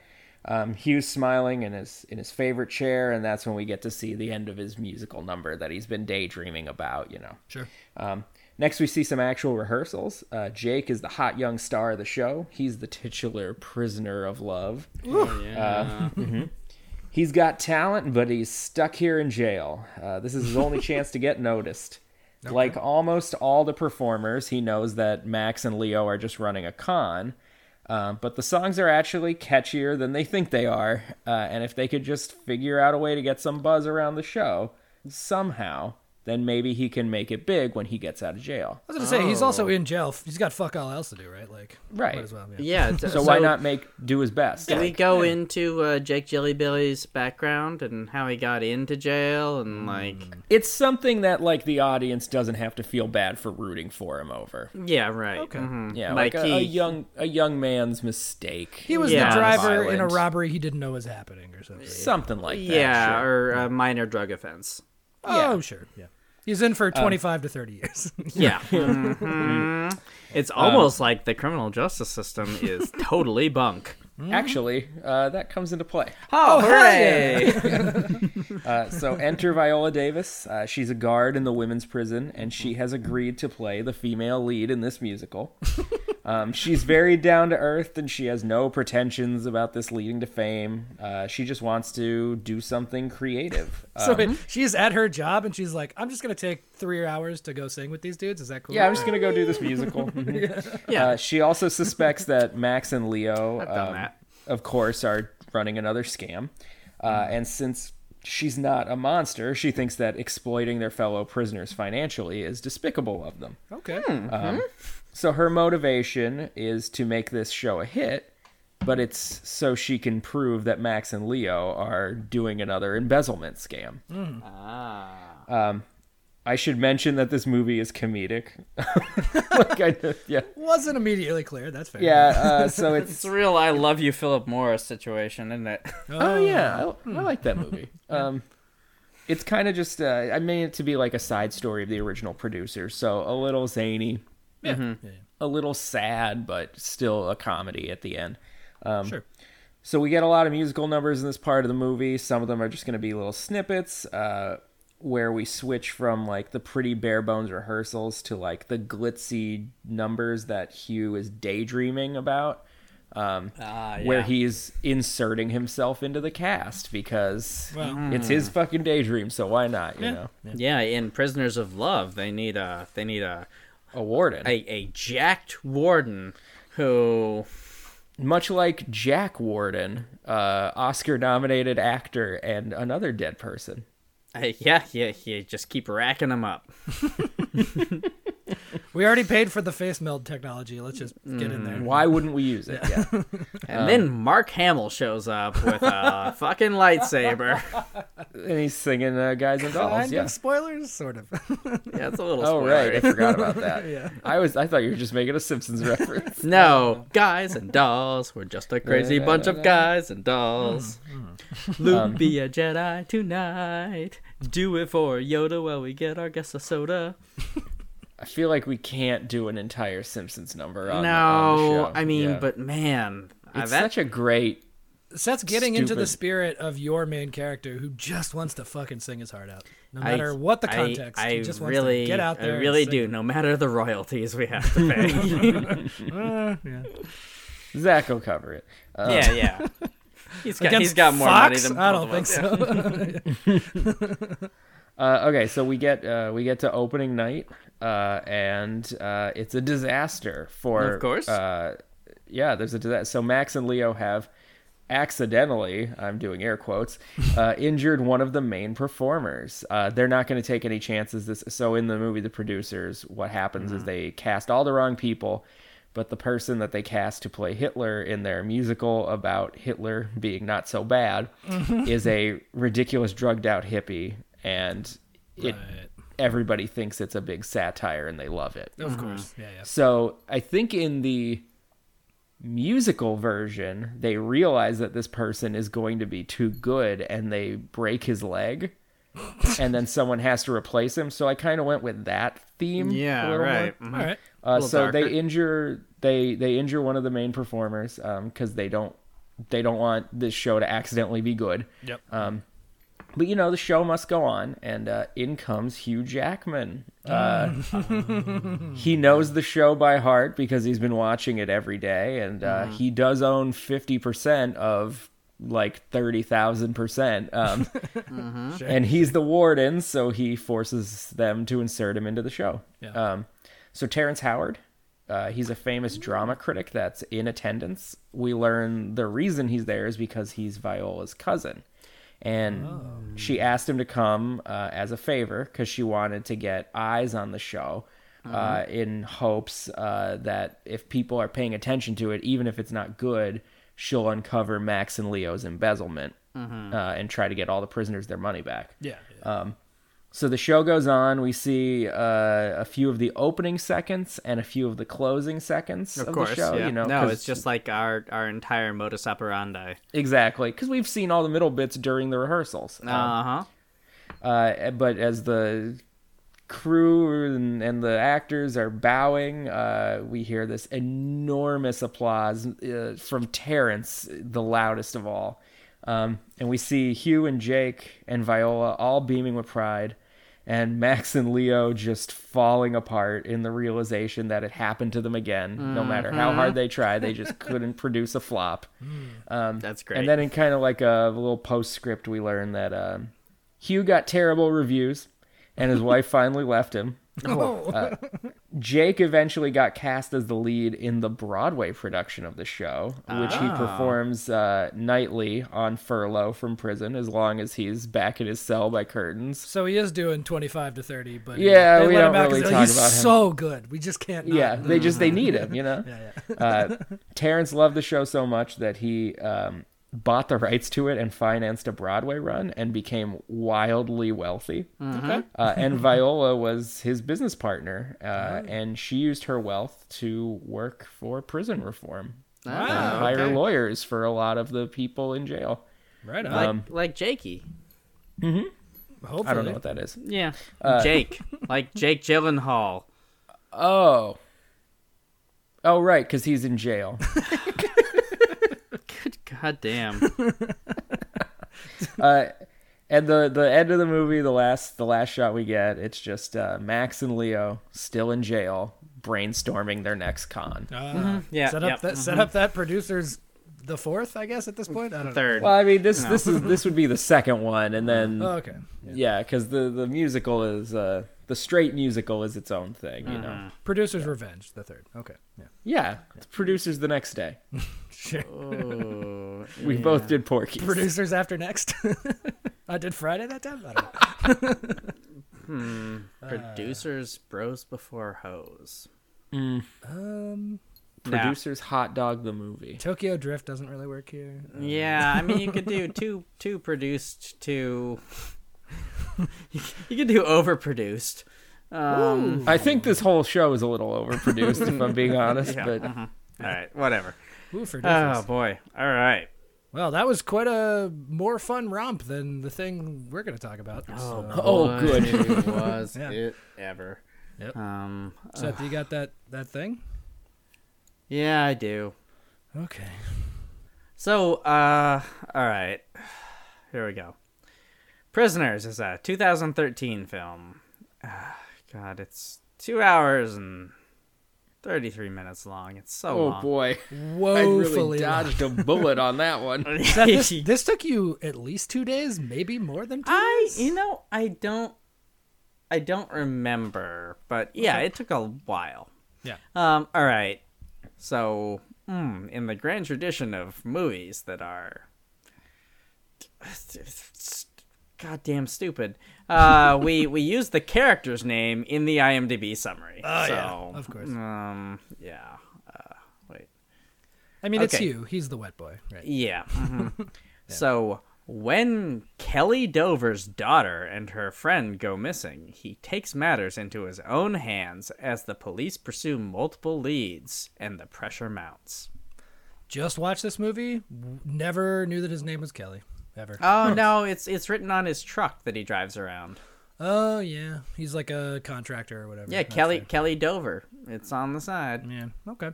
Speaker 3: Um, Hugh's smiling in his in his favorite chair, and that's when we get to see the end of his musical number that he's been daydreaming about. You know.
Speaker 2: Sure.
Speaker 3: Um, next, we see some actual rehearsals. Uh, Jake is the hot young star of the show. He's the titular prisoner of love. Uh, [laughs] mm-hmm.
Speaker 1: yeah.
Speaker 3: He's got talent, but he's stuck here in jail. Uh, this is his only chance to get noticed. Like almost all the performers, he knows that Max and Leo are just running a con. Um, but the songs are actually catchier than they think they are. Uh, and if they could just figure out a way to get some buzz around the show somehow, then maybe he can make it big when he gets out of jail.
Speaker 2: I was gonna say he's also in jail. F- He's got fuck all else to do, right? Like,
Speaker 3: Right.
Speaker 2: Might as well. Yeah.
Speaker 1: [laughs] yeah
Speaker 3: So, why not make do his best?
Speaker 1: Can we
Speaker 3: Like,
Speaker 1: go into uh, Jake Jellybilly's background and how he got into jail and like
Speaker 3: it's something that like the audience doesn't have to feel bad for rooting for him over.
Speaker 1: yeah right mhm.
Speaker 3: Yeah,
Speaker 1: like,
Speaker 3: like, a, a
Speaker 1: he-
Speaker 3: young a young man's mistake.
Speaker 2: He was
Speaker 1: Yeah.
Speaker 2: the driver in a
Speaker 3: Violent.
Speaker 2: robbery he didn't know was happening or something.
Speaker 3: something like that.
Speaker 1: yeah
Speaker 3: sure.
Speaker 1: or a minor drug offense
Speaker 2: Oh, sure. Yeah. He's in for 25 to 30 years. [laughs]
Speaker 1: yeah [laughs] Mhm. it's almost like the criminal justice system [laughs] is totally bunk
Speaker 3: actually, uh, that comes into play.
Speaker 1: oh, hooray
Speaker 2: [laughs]
Speaker 3: Uh, so enter Viola Davis. Uh, she's a guard in the women's prison, and she has agreed to play the female lead in
Speaker 2: [laughs]
Speaker 3: this musical. Um, she's very down to earth, and she has no pretensions about this leading to fame. Uh, she just wants to do
Speaker 2: [laughs]
Speaker 3: something creative. Uh,
Speaker 2: so wait, she's at her job and she's like, I'm just going to take three hours to go sing with these dudes. Is that cool?
Speaker 3: Yeah, I'm just gonna go do this musical. Mhm. Uh, she also suspects that Max and Leo,
Speaker 1: done
Speaker 3: um,
Speaker 1: that.
Speaker 3: of course, are running another scam.
Speaker 1: Mm-hmm.
Speaker 3: Uh, and since she's not a monster, she thinks that exploiting their fellow prisoners financially is despicable of them.
Speaker 2: Okay.
Speaker 3: So her motivation is to make this show a hit, but it's so she can prove that Max and Leo are doing another embezzlement scam. Ah. Um, Ah. I should mention that this movie is comedic. [laughs] like I, yeah,
Speaker 2: Wasn't immediately clear. That's fair.
Speaker 3: yeah. Uh, so [laughs]
Speaker 1: it's
Speaker 3: it's
Speaker 1: a real i love you philip morris situation isn't it
Speaker 3: oh yeah, I, I like that [laughs] movie. Um, it's kind of just uh, I made it to be like a side story of the original producer, so a little zany,
Speaker 2: Yeah. Yeah,
Speaker 3: a little sad, but still a comedy at the end.
Speaker 2: yeah. Sure.
Speaker 3: So we get a lot of musical numbers in this part of the movie. Some of them are just going to be little snippets uh, where we switch from like the pretty bare bones rehearsals to like the glitzy numbers that Hugh is daydreaming about, um,
Speaker 1: Ah,
Speaker 3: where
Speaker 1: yeah.
Speaker 3: he's inserting himself into the cast because
Speaker 2: Wow.
Speaker 3: it's his fucking daydream. So why not? You know,
Speaker 1: yeah in prisoners of love they need a they need a
Speaker 3: a warden,
Speaker 1: a, a jacked warden who
Speaker 3: much like Jack Warden, uh, Oscar-nominated actor and another dead person.
Speaker 1: uh, yeah yeah yeah just keep racking them up
Speaker 2: We already paid for the face meld technology. Let's just get in there.
Speaker 3: Why wouldn't we use it? Yeah.
Speaker 1: And then Mark Hamill shows up with a fucking lightsaber. [laughs]
Speaker 3: And he's singing uh, Guys and Dolls.
Speaker 2: Kind
Speaker 3: yeah.
Speaker 2: of spoilers, sort of. [laughs]
Speaker 1: Yeah, it's a little
Speaker 3: Oh
Speaker 1: spoilery.
Speaker 3: right, I forgot
Speaker 1: [laughs]
Speaker 3: about that.
Speaker 2: Yeah.
Speaker 3: I was I thought you were just making a Simpsons [laughs] reference.
Speaker 1: No, guys and dolls, we're just a crazy bunch of guys and dolls. [laughs] Luke be a Jedi tonight. Do it for Yoda while we get our guess of soda.
Speaker 3: I feel like we can't do an entire Simpsons number on on the
Speaker 1: no,
Speaker 3: show.
Speaker 1: I mean,
Speaker 3: Yeah.
Speaker 1: but man, uh,
Speaker 3: it's
Speaker 1: that
Speaker 3: such a great
Speaker 2: Seth's getting into the
Speaker 3: Stupid.
Speaker 2: spirit of your main character who just wants to fucking sing his heart out. No
Speaker 1: I-
Speaker 2: matter what the
Speaker 1: I-
Speaker 2: context,
Speaker 1: I,
Speaker 2: he just wants
Speaker 1: really,
Speaker 2: to get out
Speaker 1: I
Speaker 2: there. and
Speaker 1: really
Speaker 2: sing.
Speaker 1: do. No matter the royalties we have to pay.
Speaker 2: Uh, yeah.
Speaker 3: Zach will cover it. Uh,
Speaker 1: yeah, yeah. He's got, he's
Speaker 2: Against
Speaker 1: got more money
Speaker 2: Fox?
Speaker 1: than
Speaker 2: I
Speaker 1: both
Speaker 2: don't
Speaker 1: of
Speaker 2: think
Speaker 1: us.
Speaker 2: so.
Speaker 3: uh, okay, so we get uh, we get to opening night, uh, and uh, it's a disaster for
Speaker 1: Of course.
Speaker 3: Uh, yeah, there's a disaster. So Max and Leo have accidentally, I'm doing air quotes, uh, injured one of the main performers. Uh, they're not going to take any chances. This so in the movie, the producers, what happens is they cast all the wrong people. But the person that they cast to play Hitler in their musical about Hitler being not so bad is a ridiculous, drugged out hippie, and it,
Speaker 1: [laughs]
Speaker 3: everybody thinks it's a big satire and they love it.
Speaker 2: of course. Yeah, yeah.
Speaker 3: So I think in the musical version, they realize that this person is going to be too good and they break
Speaker 1: [laughs]
Speaker 3: his leg. and then someone has to replace him. So I kind of went with that theme. a
Speaker 1: Yeah,
Speaker 3: little more.
Speaker 1: right.
Speaker 2: All right.
Speaker 3: Uh,
Speaker 1: little
Speaker 3: so
Speaker 1: darker.
Speaker 3: they injure they they injure one of the main performers because they don't they don't want this show to accidentally be good.
Speaker 2: Yep.
Speaker 3: Um, But you know the show must go on, and uh, in comes Hugh Jackman. Uh, he knows the show by heart because he's been watching it every day, and uh, he does own fifty percent of like thirty thousand percent. Um, and he's the warden, so he forces them to insert him into the show.
Speaker 2: Yeah.
Speaker 3: Um, so Terrence Howard, uh, he's a famous drama critic that's in attendance. We learn the reason he's there is because he's Viola's cousin, and she asked him to come uh, as a favor because she wanted to get eyes on the show. Uh, in hopes uh, that if people are paying attention to it, even if it's not good, she'll uncover Max and Leo's embezzlement uh, and try to get all the prisoners their money back.
Speaker 2: yeah.
Speaker 3: Uh, So the show goes on. We see uh, a few of the opening seconds and a few of the closing seconds of,
Speaker 1: Of course,
Speaker 3: the show.
Speaker 1: yeah.
Speaker 3: You know,
Speaker 1: no,
Speaker 3: 'cause-
Speaker 1: it's just like our our entire modus operandi.
Speaker 3: exactly because we've seen all the middle bits during the rehearsals. Um,
Speaker 1: Uh huh.
Speaker 3: uh, but as the crew and, and the actors are bowing, uh, we hear this enormous applause uh, from Terrence, the loudest of all. Um, and we see Hugh and Jake and Viola all beaming with pride, and Max and Leo just falling apart in the realization that it happened to them again. No matter how hard they tried, they just couldn't [laughs] produce a flop.
Speaker 1: That's great.
Speaker 3: And then in kind of like a little postscript, we learn that um, Hugh got terrible reviews, and his wife finally left
Speaker 2: [laughs]
Speaker 3: him.
Speaker 2: Oh.
Speaker 3: Uh, Jake eventually got cast as the lead in the Broadway production of the show, which he
Speaker 2: Ah.
Speaker 3: performs uh, nightly on furlough from prison as long as he's back in his cell by curtains.
Speaker 2: So he is doing 25 to 30, but
Speaker 3: Yeah,
Speaker 2: they
Speaker 3: we
Speaker 2: let
Speaker 3: don't
Speaker 2: him out 'cause
Speaker 3: really
Speaker 2: they're
Speaker 3: talk
Speaker 2: like, he's
Speaker 3: about him.
Speaker 2: so good. We just can't. Not.
Speaker 3: Yeah,
Speaker 2: [laughs]
Speaker 3: they just they need him, you know.
Speaker 2: yeah. [laughs]
Speaker 3: uh, Terrence loved the show so much that he um, bought the rights to it and financed a Broadway run and became wildly wealthy.
Speaker 2: Okay.
Speaker 3: Uh, and Viola was his business partner, uh, and she used her wealth to work for prison reform
Speaker 1: Ah,
Speaker 3: and hire
Speaker 1: okay.
Speaker 3: lawyers for a lot of the people in jail.
Speaker 2: Right on.
Speaker 1: like like Jakey.
Speaker 2: Hopefully.
Speaker 3: I don't know what that is.
Speaker 1: Yeah. Jake. like Jake Gyllenhaal.
Speaker 3: Oh. Oh, right, because he's in jail.
Speaker 1: Good goddamn.
Speaker 3: And the the end of the movie, the last the last shot we get, it's just uh, Max and Leo still in jail, brainstorming their next con.
Speaker 2: Uh,
Speaker 1: Mm-hmm. Yeah, Mm-hmm.
Speaker 2: Set up
Speaker 1: yep,
Speaker 2: that. Set up that producer's the fourth, I guess, at this point. I don't
Speaker 1: [laughs] Third.
Speaker 3: Well, I mean this this is this would be the second one, and then
Speaker 2: Know. Oh, okay.
Speaker 3: yeah, because the the musical is uh, the straight musical is its own thing, you know.
Speaker 2: Producer's revenge. The third. Okay. Yeah.
Speaker 3: Yeah, it's producers the next day.
Speaker 2: Sure.
Speaker 1: Oh.
Speaker 3: We both did Porky.
Speaker 2: Producers after next. [laughs] I did Friday that time. I don't know.
Speaker 1: Producers, bros before hoes. Um.
Speaker 3: producers hot dog the movie.
Speaker 2: Tokyo Drift doesn't really work here.
Speaker 1: Yeah, I mean you could [laughs] do two two produced to. [laughs] you could do overproduced. Um,
Speaker 3: I think this whole show is a little overproduced, if I'm [laughs] being honest. But
Speaker 1: all right, whatever.
Speaker 2: Ooh, for
Speaker 1: Oh
Speaker 2: difference.
Speaker 1: boy. All right.
Speaker 2: well, that was quite a more fun romp than the thing we're going to talk about. so.
Speaker 3: oh,
Speaker 1: Boy, [laughs]
Speaker 3: good.
Speaker 1: was
Speaker 2: Yeah.
Speaker 1: it ever?
Speaker 2: Yep.
Speaker 1: Um.
Speaker 2: Seth, you got that that thing?
Speaker 1: Yeah, I do.
Speaker 2: Okay.
Speaker 1: So, uh, all right. Here we go. Prisoners is a 2013 film. Ah, God, it's two hours and 33 minutes long. It's so
Speaker 3: Oh
Speaker 1: long.
Speaker 3: boy. I really
Speaker 2: Woefully. long.
Speaker 3: dodged a bullet on that [laughs] one.
Speaker 2: Seth, this, this took you at least two days, maybe more than two.
Speaker 1: I, you know, I don't, I don't remember, but yeah, it took a while.
Speaker 2: Yeah.
Speaker 1: Um. All right. So, mm, in the grand tradition of movies that are goddamn stupid, uh, we we use the character's name in the IMDb summary. Oh so, yeah,
Speaker 2: Ah, of course.
Speaker 1: Um. Yeah. Uh, wait.
Speaker 2: I mean, it's
Speaker 1: Okay.
Speaker 2: you. He's the wet boy. Right.
Speaker 1: Yeah.
Speaker 2: [laughs]
Speaker 1: mhm. So when Kelly Dover's daughter and her friend go missing, he takes matters into his own hands as the police pursue multiple leads and the pressure mounts.
Speaker 2: Just watched this movie. w- Never knew that his name was Kelly. Ever.
Speaker 1: Oh no, it's it's written on his truck that he drives around.
Speaker 2: Oh yeah, he's like a contractor or whatever.
Speaker 1: Yeah,
Speaker 2: That's
Speaker 1: Kelly Kelly Dover. It's on the side.
Speaker 2: fair. Yeah. Okay.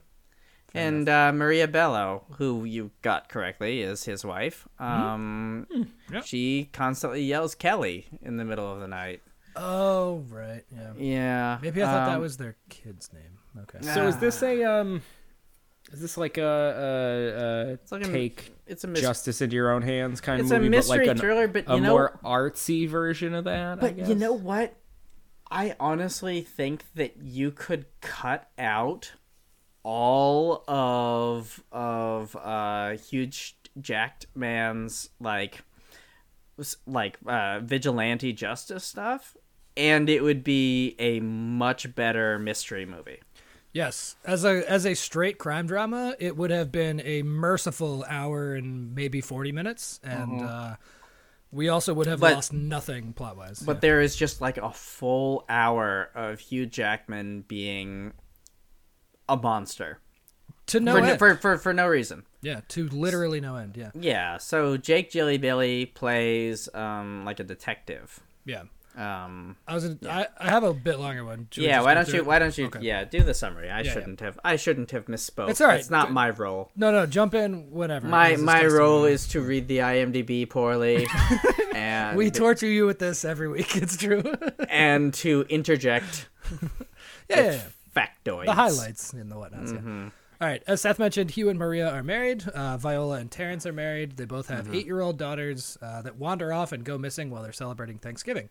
Speaker 1: And uh, Maria Bello, who you got correctly, is his wife. Um,
Speaker 2: Yep.
Speaker 1: She constantly yells Kelly in the middle of the night.
Speaker 2: Oh right. Yeah.
Speaker 1: Yeah.
Speaker 2: Maybe I thought that
Speaker 1: um,
Speaker 2: was their kid's name. Okay.
Speaker 3: So
Speaker 1: Ah.
Speaker 3: is this a um? Is this like a, a, a
Speaker 1: like a-
Speaker 3: take
Speaker 1: It's a mis-
Speaker 3: justice into your own hands kind
Speaker 1: It's a
Speaker 3: of movie,
Speaker 1: mystery
Speaker 3: but like an,
Speaker 1: thriller, but
Speaker 3: a
Speaker 1: you know-
Speaker 3: more artsy version of that? I
Speaker 1: But you
Speaker 3: guess?
Speaker 1: know what? I honestly think that you could cut out all of of uh huge jacked man's like s- like uh vigilante justice stuff and it would be a much better mystery movie.
Speaker 2: Yes, as a as a straight crime drama, it would have been a merciful hour and maybe forty minutes, and uh, we also would have
Speaker 1: Mm-hmm. But-
Speaker 2: lost nothing plot wise.
Speaker 1: But there is just like a full hour of Hugh Jackman being a monster
Speaker 2: to no
Speaker 1: for, no,
Speaker 2: end,
Speaker 1: for, for for no reason.
Speaker 2: yeah, to literally no end, yeah,
Speaker 1: Yeah, so Jake Jellybilly plays um like a detective.
Speaker 2: yeah.
Speaker 1: Um
Speaker 2: I was, I, I have a bit longer one. Should we
Speaker 1: yeah,
Speaker 2: just
Speaker 1: why
Speaker 2: go
Speaker 1: don't
Speaker 2: through
Speaker 1: you
Speaker 2: it?
Speaker 1: why don't you
Speaker 2: Okay.
Speaker 1: yeah, do the summary. I
Speaker 2: yeah.
Speaker 1: shouldn't have I shouldn't have misspoke.
Speaker 2: It's all right.
Speaker 1: It's not
Speaker 2: Do-
Speaker 1: my role.
Speaker 2: No, no, jump in whenever.
Speaker 1: My
Speaker 2: This is
Speaker 1: my
Speaker 2: testing
Speaker 1: role
Speaker 2: you.
Speaker 1: is to read the IMDb
Speaker 2: [laughs]
Speaker 1: poorly and [laughs]
Speaker 2: We torture you with this every week. [laughs] It's true. yeah,
Speaker 1: and to interject
Speaker 2: yeah, yeah.
Speaker 1: factoids.
Speaker 2: the highlights and the whatnots.
Speaker 1: Mm-hmm.
Speaker 2: Yeah. All right. As Seth mentioned, Hugh and Maria are married. Uh, Viola and Terrence are married. They both
Speaker 1: Mm-hmm.
Speaker 2: have eight-year-old daughters uh, that wander off and go missing while they're celebrating Thanksgiving.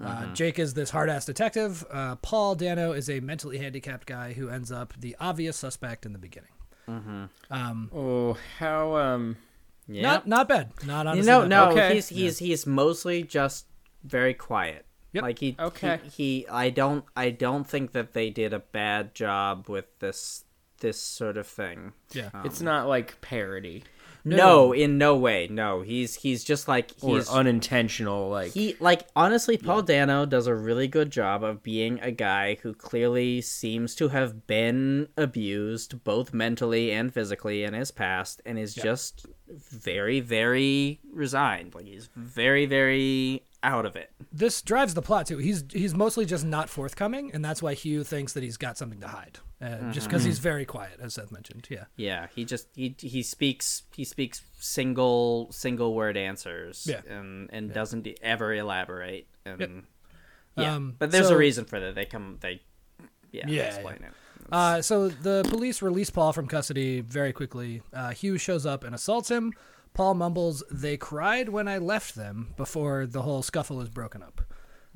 Speaker 1: Mm-hmm.
Speaker 2: Uh, Jake is this hard-ass detective. Uh, Paul Dano is a mentally handicapped guy who ends up the obvious suspect in the beginning.
Speaker 1: Mm-hmm.
Speaker 2: Um,
Speaker 3: Oh, how um.
Speaker 1: Yeah.
Speaker 2: Not not bad. Not honestly.
Speaker 1: no,
Speaker 2: not
Speaker 1: no,
Speaker 3: Okay.
Speaker 1: he's he's he's mostly just very quiet.
Speaker 2: Yep.
Speaker 1: Like he,
Speaker 3: Okay.
Speaker 1: he he I don't I don't think that they did a bad job with this this sort of thing.
Speaker 2: bad. Yeah.
Speaker 3: It's
Speaker 1: Oh.
Speaker 3: not like parody
Speaker 1: No, in no way. No, he's he's just like
Speaker 3: or
Speaker 1: he's
Speaker 3: unintentional. Like
Speaker 1: he like honestly Paul Dano does a really good job of being a guy who clearly seems to have been abused both mentally and physically in his past and is just very very resigned. Like he's very very out of it.
Speaker 2: this drives the plot too. He's he's mostly just not forthcoming, and that's why Hugh thinks that he's got something to hide, uh, just because he's very quiet, as Seth mentioned. Yeah.
Speaker 1: Yeah, he just he he speaks he speaks single single word answers
Speaker 2: Yeah.
Speaker 1: and and doesn't e, ever elaborate and yeah.
Speaker 2: Um,
Speaker 1: but there's
Speaker 2: so-
Speaker 1: a reason for that. They come they yeah,
Speaker 2: Yeah,
Speaker 1: explain it.
Speaker 2: Uh, so the police release Paul from custody very quickly. Uh, Hugh shows up and assaults him. Paul mumbles, "They cried when I left them." Before the whole scuffle is broken up,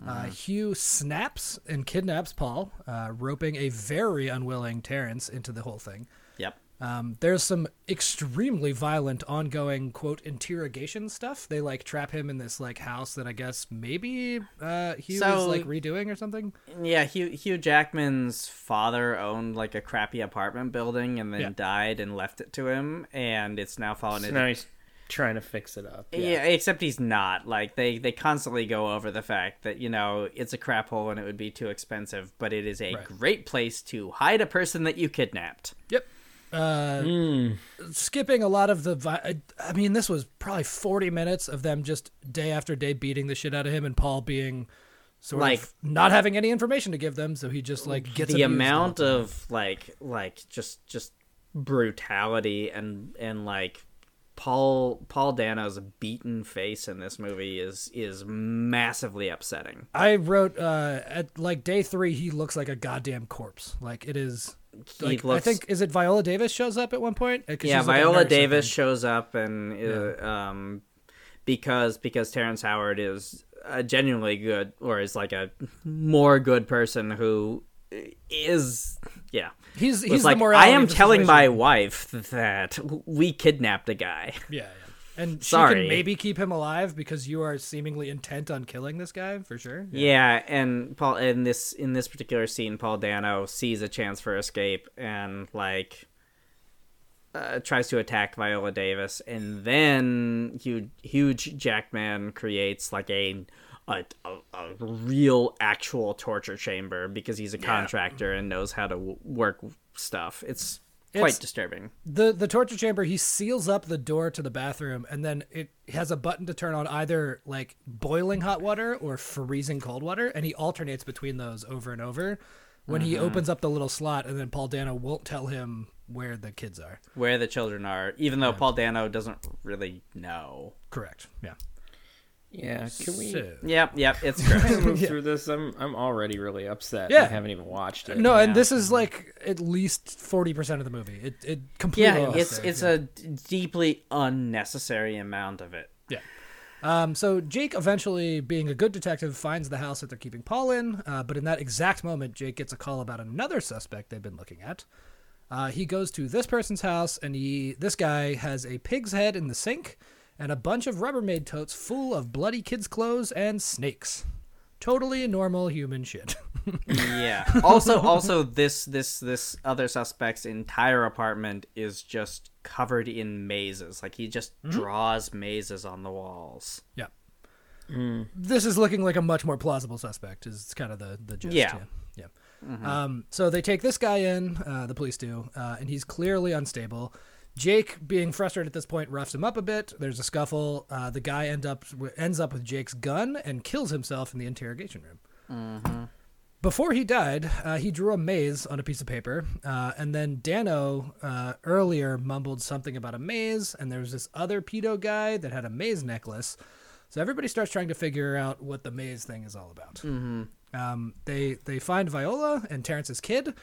Speaker 2: uh, Hugh snaps and kidnaps Paul, uh, roping a very unwilling Terrence into the whole thing.
Speaker 1: Yep.
Speaker 2: Um, there's some extremely violent ongoing quote interrogation stuff. They like trap him in this like house that I guess maybe uh, Hugh is
Speaker 1: So-
Speaker 2: like redoing or something.
Speaker 1: Yeah, Hugh Hugh Jackman's father owned like a crappy apartment building and then
Speaker 2: Yeah.
Speaker 1: died and left it to him, and it's now fallen into.
Speaker 3: now he's trying to fix it up.
Speaker 1: Yeah, except he's not. Like they they constantly go over the fact that you know it's a crap hole and it would be too expensive, but it is a great place to hide a person that you kidnapped.
Speaker 2: Yep. Uh,
Speaker 1: Hmm.
Speaker 2: Skipping a lot of the, vi- I- I mean, this was probably 40 minutes of them just day after day beating the shit out of him, and Paul being sort
Speaker 1: Like-
Speaker 2: of not having any information to give them, so he just like gets
Speaker 1: the
Speaker 2: abused
Speaker 1: amount of like like just just brutality and and like Paul Paul Dano's beaten face in this movie is is massively upsetting.
Speaker 2: I wrote uh, at like day three, he looks like a goddamn corpse. Like it is.
Speaker 1: He
Speaker 2: like,
Speaker 1: looks-
Speaker 2: I think is it Viola Davis shows up at one point. Uh, 'cause
Speaker 1: yeah,
Speaker 2: she's, like, a
Speaker 1: Viola
Speaker 2: nurse, I
Speaker 1: Davis
Speaker 2: think.
Speaker 1: shows up and uh, um, because because Terrence Howard is a genuinely good or is like a more good person who is yeah.
Speaker 2: He's
Speaker 1: Was
Speaker 2: he's
Speaker 1: like
Speaker 2: the morality
Speaker 1: I am
Speaker 2: of the
Speaker 1: telling my
Speaker 2: situation.
Speaker 1: wife that we kidnapped a guy.
Speaker 2: yeah, yeah. and she
Speaker 1: Sorry.
Speaker 2: can maybe keep him alive because you are seemingly intent on killing this guy for sure.
Speaker 1: Yeah, and Paul in this in this particular scene, Paul Dano sees a chance for escape and like uh, tries to attack Viola Davis, and then huge huge Jackman creates like a a, a, a real actual torture chamber because he's a contractor and knows how to w- work stuff. It's quite
Speaker 2: It's-
Speaker 1: disturbing.
Speaker 2: the the torture chamber he seals up the door to the bathroom and then it has a button to turn on either like boiling hot water or freezing cold water and he alternates between those over and over when
Speaker 1: Mm-hmm.
Speaker 2: he opens up the little slot and then paul dano won't tell him where the kids are
Speaker 1: Where the children are, even though Paul Dano doesn't really know.
Speaker 2: correct yeah
Speaker 3: Yeah, can we
Speaker 2: so,
Speaker 1: Yep, yep, it's [laughs] gross.
Speaker 3: [laughs] move through this? I'm I'm already really upset.
Speaker 2: Yeah.
Speaker 3: I haven't even watched it.
Speaker 2: no and this is like at least 40% of the movie it, it completely
Speaker 1: yeah,
Speaker 2: lost
Speaker 1: it's
Speaker 2: it.
Speaker 1: it's a d- deeply unnecessary amount of it.
Speaker 2: Yeah. Um, so Jake, eventually being a good detective, finds the house that they're keeping Paul in. Uh, but in that exact moment, Jake gets a call about another suspect they've been looking at. Uh, he goes to this person's house, and he this guy has a pig's head in the sink and a bunch of Rubbermaid totes full of bloody kids' clothes and snakes. Totally normal human shit. [laughs]
Speaker 1: [laughs] Yeah. Also, also this this this other suspect's entire apartment is just covered in mazes. Like he just
Speaker 2: Hmm?
Speaker 1: draws mazes on the walls.
Speaker 2: yeah. This is looking like a much more plausible suspect. Is kind of the the gist.
Speaker 1: Yeah.
Speaker 2: Yeah. yeah. Um, so they take this guy in, uh, the police do, uh, and he's clearly unstable. Jake, being frustrated at this point, roughs him up a bit. There's a scuffle. Uh, the guy end up ends up with Jake's gun and kills himself in the interrogation room. Before he died, uh, he drew a maze on a piece of paper, uh, and then Dano uh, earlier mumbled something about a maze, and there was this other pedo guy that had a maze necklace. So everybody starts trying to figure out what the maze thing is all about. Um, they they find Viola and Terrence's kid.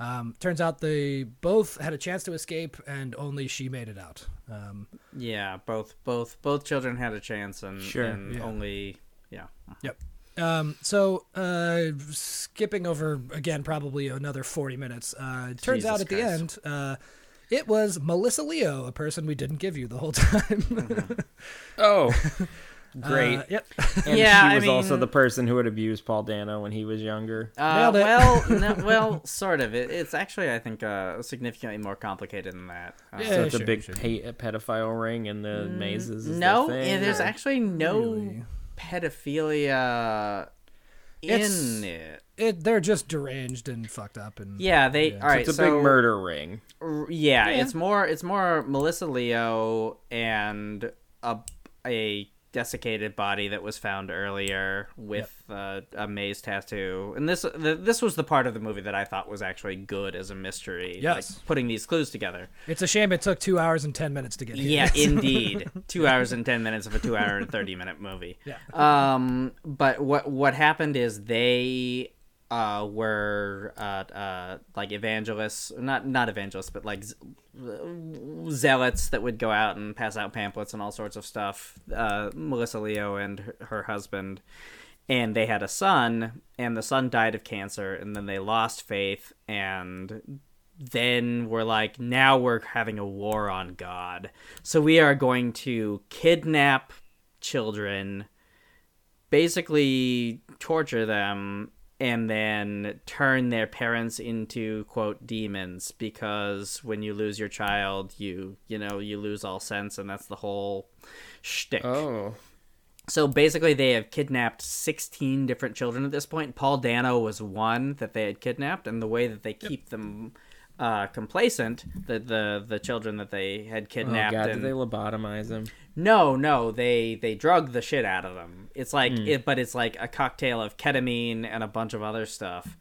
Speaker 2: Um, turns out they both had a chance to escape, and only she made it out. Um,
Speaker 1: Yeah, both both both children had a chance, and,
Speaker 3: Sure,
Speaker 1: and
Speaker 2: yeah.
Speaker 1: only yeah.
Speaker 2: Yep. Um, so uh, skipping over again, probably another forty minutes. Uh, it turns
Speaker 1: Jesus
Speaker 2: out at the
Speaker 1: Christ.
Speaker 2: end, uh, it was Melissa Leo, a person we didn't give you the whole [laughs] time. [laughs]
Speaker 3: Oh, great.
Speaker 2: Uh, yep.
Speaker 3: And
Speaker 1: Yeah, I
Speaker 3: she was also
Speaker 1: mean-
Speaker 3: the person who had abused Paul Dano when he was younger.
Speaker 1: Uh,
Speaker 2: Nailed it.
Speaker 1: well, no,
Speaker 2: [laughs]
Speaker 1: well, sort of. It, it's actually, I think, uh, significantly more complicated than that. Uh,
Speaker 2: Yeah,
Speaker 3: so it's
Speaker 2: sure,
Speaker 3: a big
Speaker 2: sure.
Speaker 3: pe- pedophile ring and the mazes. Is
Speaker 1: Mm, No,
Speaker 3: the
Speaker 1: it-
Speaker 3: thing,
Speaker 1: there's
Speaker 3: or-
Speaker 1: actually no
Speaker 2: Really?
Speaker 1: pedophilia in
Speaker 2: It's-
Speaker 1: it.
Speaker 2: It, they're just deranged and fucked up, and
Speaker 1: Yeah, they. All right,
Speaker 3: It's a
Speaker 1: so,
Speaker 3: big murder ring.
Speaker 1: r- Yeah, it's more. It's more Melissa Leo and a a desiccated body that was found earlier with uh, a maze tattoo. And this th this was the part of the movie that I thought was actually good as a mystery.
Speaker 2: Yes.
Speaker 1: like putting these clues together.
Speaker 2: it's a shame it took two hours and ten minutes [laughs] to get here.
Speaker 1: Yeah, indeed. two hours and ten minutes of a two-hour and thirty-minute movie.
Speaker 2: [laughs] Yeah.
Speaker 1: Um, but what what happened is they uh were uh uh like evangelists, not not evangelists, but like z- zealots that would go out and pass out pamphlets and all sorts of stuff. Uh, Melissa Leo and her, her husband, and they had a son, and the son died of cancer, and then they lost faith, and then we're like, now we're having a war on God, so we are going to kidnap children, basically torture them. And then turn their parents into quote demons because when you lose your child, you you know you lose all sense, and that's the whole shtick.
Speaker 3: Oh,
Speaker 1: So basically, they have kidnapped 16 different children at this point. Paul Dano was one that they had kidnapped, and the way that they keep them uh, complacent, the, the the children that they had
Speaker 3: oh
Speaker 1: kidnapped.
Speaker 3: God! Did
Speaker 1: and-
Speaker 3: they lobotomize him?
Speaker 1: no, no, they they drug the shit out of them. It's like it, but it's like a cocktail of ketamine and a bunch of other stuff.